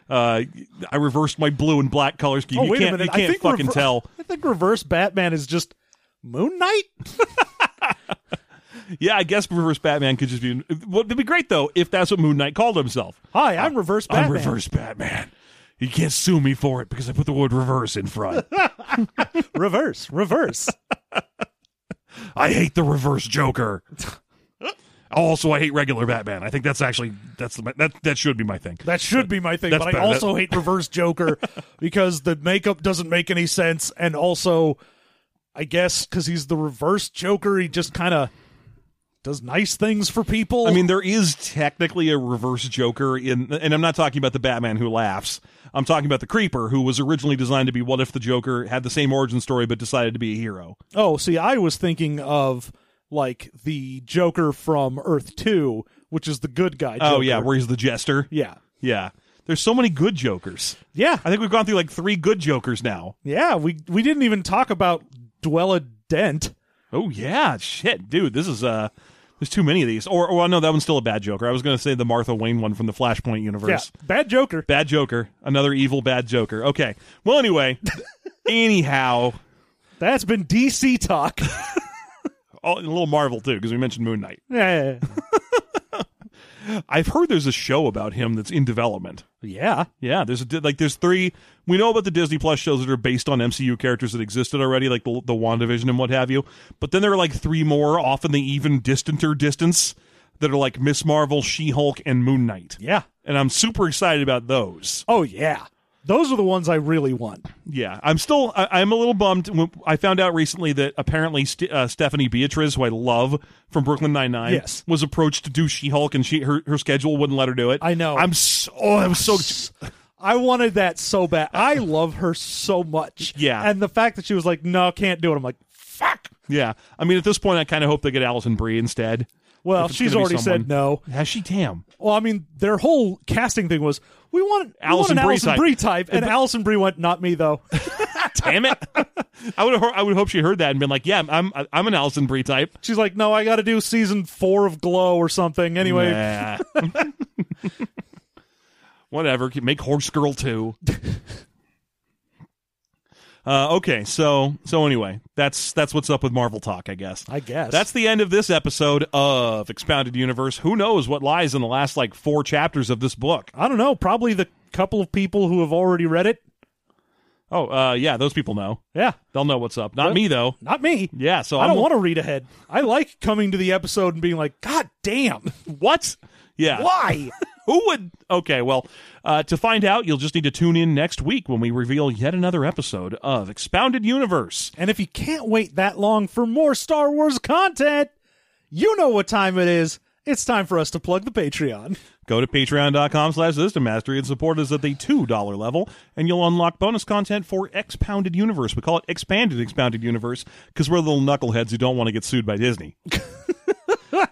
Speaker 2: uh, I reversed my blue and black color scheme.
Speaker 3: oh,
Speaker 2: you
Speaker 3: wait
Speaker 2: can't,
Speaker 3: a minute.
Speaker 2: you can't
Speaker 3: I think
Speaker 2: fucking
Speaker 3: rever-
Speaker 2: tell.
Speaker 3: I think Reverse Batman is just Moon Knight?
Speaker 2: Yeah, I guess reverse Batman could just be. Well, it'd be great though if that's what Moon Knight called himself.
Speaker 3: Hi, I'm Reverse Batman.
Speaker 2: I'm reverse Batman. You can't sue me for it because I put the word reverse in
Speaker 3: (laughs)
Speaker 2: front.
Speaker 3: (laughs) Reverse. Reverse.
Speaker 2: I hate the reverse Joker. Also, I hate regular Batman. I think that's actually that's the, that that should be my thing.
Speaker 3: (laughs) That should be my thing,
Speaker 2: That's
Speaker 3: but I
Speaker 2: better.
Speaker 3: also hate Reverse Joker (laughs) because the makeup doesn't make any sense, and also, I guess because he's the Reverse Joker, he just kind of does nice things for people.
Speaker 2: I mean, there is technically a reverse Joker in, and I'm not talking about the Batman who laughs. I'm talking about the Creeper, who was originally designed to be what if the Joker had the same origin story but decided to be a hero.
Speaker 3: oh, see, I was thinking of like the Joker from Earth Two, which is the good guy. Joker.
Speaker 2: Oh yeah, where he's the jester.
Speaker 3: yeah,
Speaker 2: Yeah, there's so many good Jokers.
Speaker 3: yeah,
Speaker 2: I think we've gone through like three good Jokers now.
Speaker 3: yeah. We we didn't even talk about Dwella Dent.
Speaker 2: Oh yeah, shit, dude, this is uh, there's too many of these. Or, or no, that one's still a bad Joker. I was gonna say the Martha Wayne one from the Flashpoint
Speaker 3: Yeah,
Speaker 2: universe.
Speaker 3: bad Joker.
Speaker 2: Bad Joker, another evil bad Joker. Okay, well (laughs) anyway, anyhow.
Speaker 3: That's been DC talk. (laughs)
Speaker 2: Oh, and a little Marvel too, because we mentioned Moon Knight.
Speaker 3: yeah,
Speaker 2: I've heard there's a show about him that's in development.
Speaker 3: yeah.
Speaker 2: Yeah, there's a, di- like there's three. We know about the Disney Plus shows that are based on MCU characters that existed already, like the the Wandavision and what have you. But then there are like three more, often the even distanter distance, that are like Miss Marvel, She Hulk, and Moon Knight.
Speaker 3: yeah.
Speaker 2: And I'm super excited about those.
Speaker 3: Oh yeah, those are the ones I really want.
Speaker 2: Yeah, I'm still. I, I'm a little bummed. when- I found out recently that apparently St- uh, Stephanie Beatriz, who I love from Brooklyn Nine Nine,
Speaker 3: Yes.
Speaker 2: was approached to do She Hulk, and she her, her schedule wouldn't let her do it.
Speaker 3: I know.
Speaker 2: I'm so. Oh, I was so.
Speaker 3: I wanted that so bad. I love her so much.
Speaker 2: Yeah.
Speaker 3: and the fact that she was like, "No, can't do it." I'm like, "Fuck."
Speaker 2: Yeah, I mean, at this point, I kind of hope they get Allison Brie instead.
Speaker 3: Well,
Speaker 2: If it's
Speaker 3: she's
Speaker 2: gonna be
Speaker 3: already
Speaker 2: someone-
Speaker 3: said no.
Speaker 2: Has she? Damn.
Speaker 3: Well, I mean, their whole casting thing was we want, we want
Speaker 2: Alison
Speaker 3: an
Speaker 2: Brie
Speaker 3: Allison
Speaker 2: type.
Speaker 3: Brie type, and Allison Brie went, "Not me
Speaker 2: (laughs)
Speaker 3: though."
Speaker 2: Damn it. (laughs) I would. I would hope she heard that and been like, "Yeah, I'm. I'm an Allison Brie type."
Speaker 3: She's like, "No, I got to do season four of Glow or something." Anyway,
Speaker 2: Nah. (laughs) Whatever. can Make Horse Girl too. (laughs) uh, okay, so so anyway, that's that's what's up with Marvel talk, I guess.
Speaker 3: I guess
Speaker 2: That's the end of this episode of Expounded Universe. Who knows what lies in the last like four chapters of this book?
Speaker 3: I don't know. Probably the couple of people who have already read it.
Speaker 2: Oh, uh, yeah, those people know.
Speaker 3: Yeah,
Speaker 2: They'll know what's up. Not me though.
Speaker 3: not me.
Speaker 2: Yeah, so
Speaker 3: I
Speaker 2: I'm
Speaker 3: don't want to read ahead. I like coming to the episode and being like, "God
Speaker 2: (laughs)
Speaker 3: damn,
Speaker 2: what? Yeah.
Speaker 3: why?"
Speaker 2: Who would? Okay, well, uh, to find out, you'll just need to tune in next week when we reveal yet another episode of Expounded Universe.
Speaker 3: And if you can't wait that long for more Star Wars content, you know what time it is. It's time for us to plug the Patreon.
Speaker 2: Go to patreon.com slash system mastery and support us at the $2 level, and you'll unlock bonus content for Expounded Universe. We call it Expanded Expounded Universe because we're little knuckleheads who don't want to get sued by
Speaker 3: (laughs)
Speaker 2: Disney.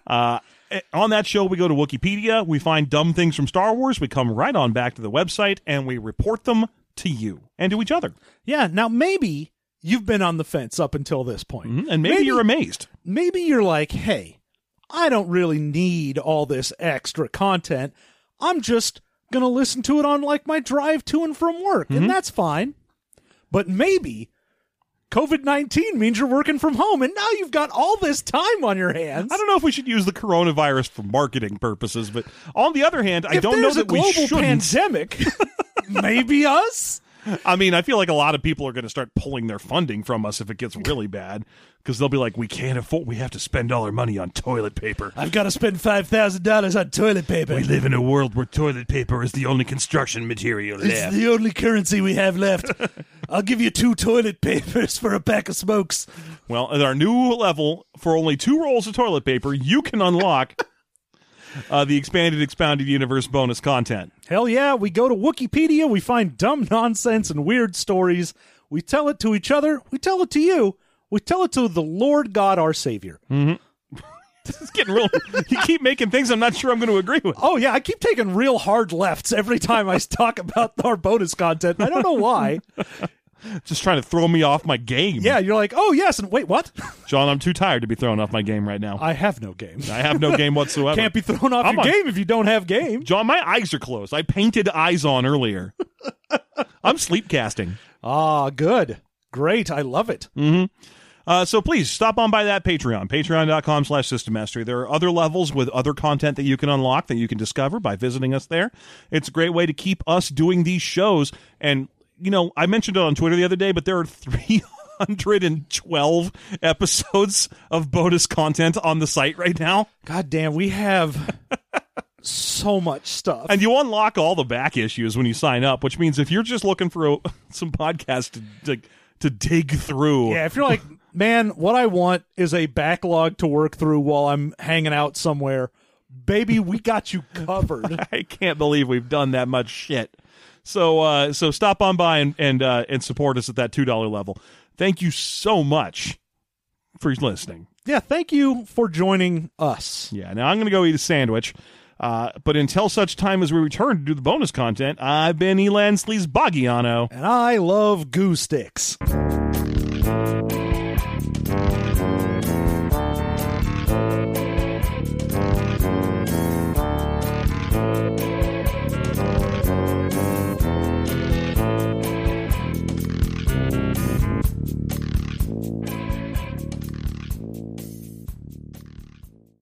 Speaker 2: uh, eh, on that show, we go to Wikipedia, we find dumb things from Star Wars, we come right on back to the website, and we report them to you and to each other.
Speaker 3: Yeah, now maybe you've been on the fence up until this point.
Speaker 2: Mm-hmm. And maybe, you're amazed.
Speaker 3: maybe you're like, "Hey, I don't really need all this extra content. I'm just going to listen to it on like my drive to and from work,
Speaker 2: Mm-hmm.
Speaker 3: and that's fine." But maybe COVID-19 means you're working from home and now you've got all this time on your hands.
Speaker 2: I don't know if we should use the coronavirus for marketing purposes, but on the other hand, I
Speaker 3: if
Speaker 2: don't know
Speaker 3: there's
Speaker 2: that
Speaker 3: a global
Speaker 2: we shouldn't. (laughs)
Speaker 3: pandemic. (laughs) maybe us.
Speaker 2: I mean, I feel like a lot of people are going to start pulling their funding from us if it gets really bad because they'll be like, we can't afford, we have to spend all our money on toilet paper.
Speaker 3: I've got to spend five thousand dollars on toilet paper.
Speaker 2: We live in a world where toilet paper is the only construction material left.
Speaker 3: the only currency we have (laughs) left. I'll give you two toilet papers for a pack of smokes.
Speaker 2: Well, at our new level, for only two rolls of toilet paper, you can unlock uh, the expanded expounded universe bonus content.
Speaker 3: Hell yeah, we go to Wikipedia, we find dumb nonsense and weird stories. We tell it to each other, we tell it to you, we tell it to the Lord God our Savior.
Speaker 2: It's getting real. you keep making things I'm not sure I'm going to agree with.
Speaker 3: Oh yeah, I keep taking real hard lefts every time (laughs) I talk about our bonus content. I don't know why.
Speaker 2: Just trying to throw me off my game.
Speaker 3: Yeah, you're like, oh yes, and wait, what?
Speaker 2: John, I'm too tired to be thrown off my game right now.
Speaker 3: I have no (laughs) game.
Speaker 2: I have no game whatsoever.
Speaker 3: Can't be thrown off
Speaker 2: I'm
Speaker 3: your
Speaker 2: on-
Speaker 3: game if you don't have game.
Speaker 2: John, my eyes are closed. I painted eyes on earlier. I'm sleep casting.
Speaker 3: Ah, good. Great. I love it.
Speaker 2: Uh, so please stop on by that Patreon, patreon.com slash system mastery. There are other levels with other content that you can unlock that you can discover by visiting us there. It's a great way to keep us doing these shows. And, you know, I mentioned it on Twitter the other day, but there are (laughs) 312 episodes of bonus content on the site right now.
Speaker 3: God damn, we have so much stuff.
Speaker 2: And you unlock all the back issues when you sign up, which means if you're just looking for a, (laughs) some podcast to, to, to dig through.
Speaker 3: (laughs) yeah, if you're like, man, what I want is a backlog to work through while I'm hanging out somewhere, baby, we got you covered.
Speaker 2: I can't believe we've done that much shit. So uh, so stop on by and and uh, and support us at that two dollar level. Thank you so much for listening.
Speaker 3: (laughs) yeah, thank you for joining us.
Speaker 2: Yeah. Now I'm gonna go eat a sandwich. Uh, but until such time as we return to do the bonus content, I've been Elan Sleaze Boggiano.
Speaker 3: And I love goo sticks.
Speaker 4: Thank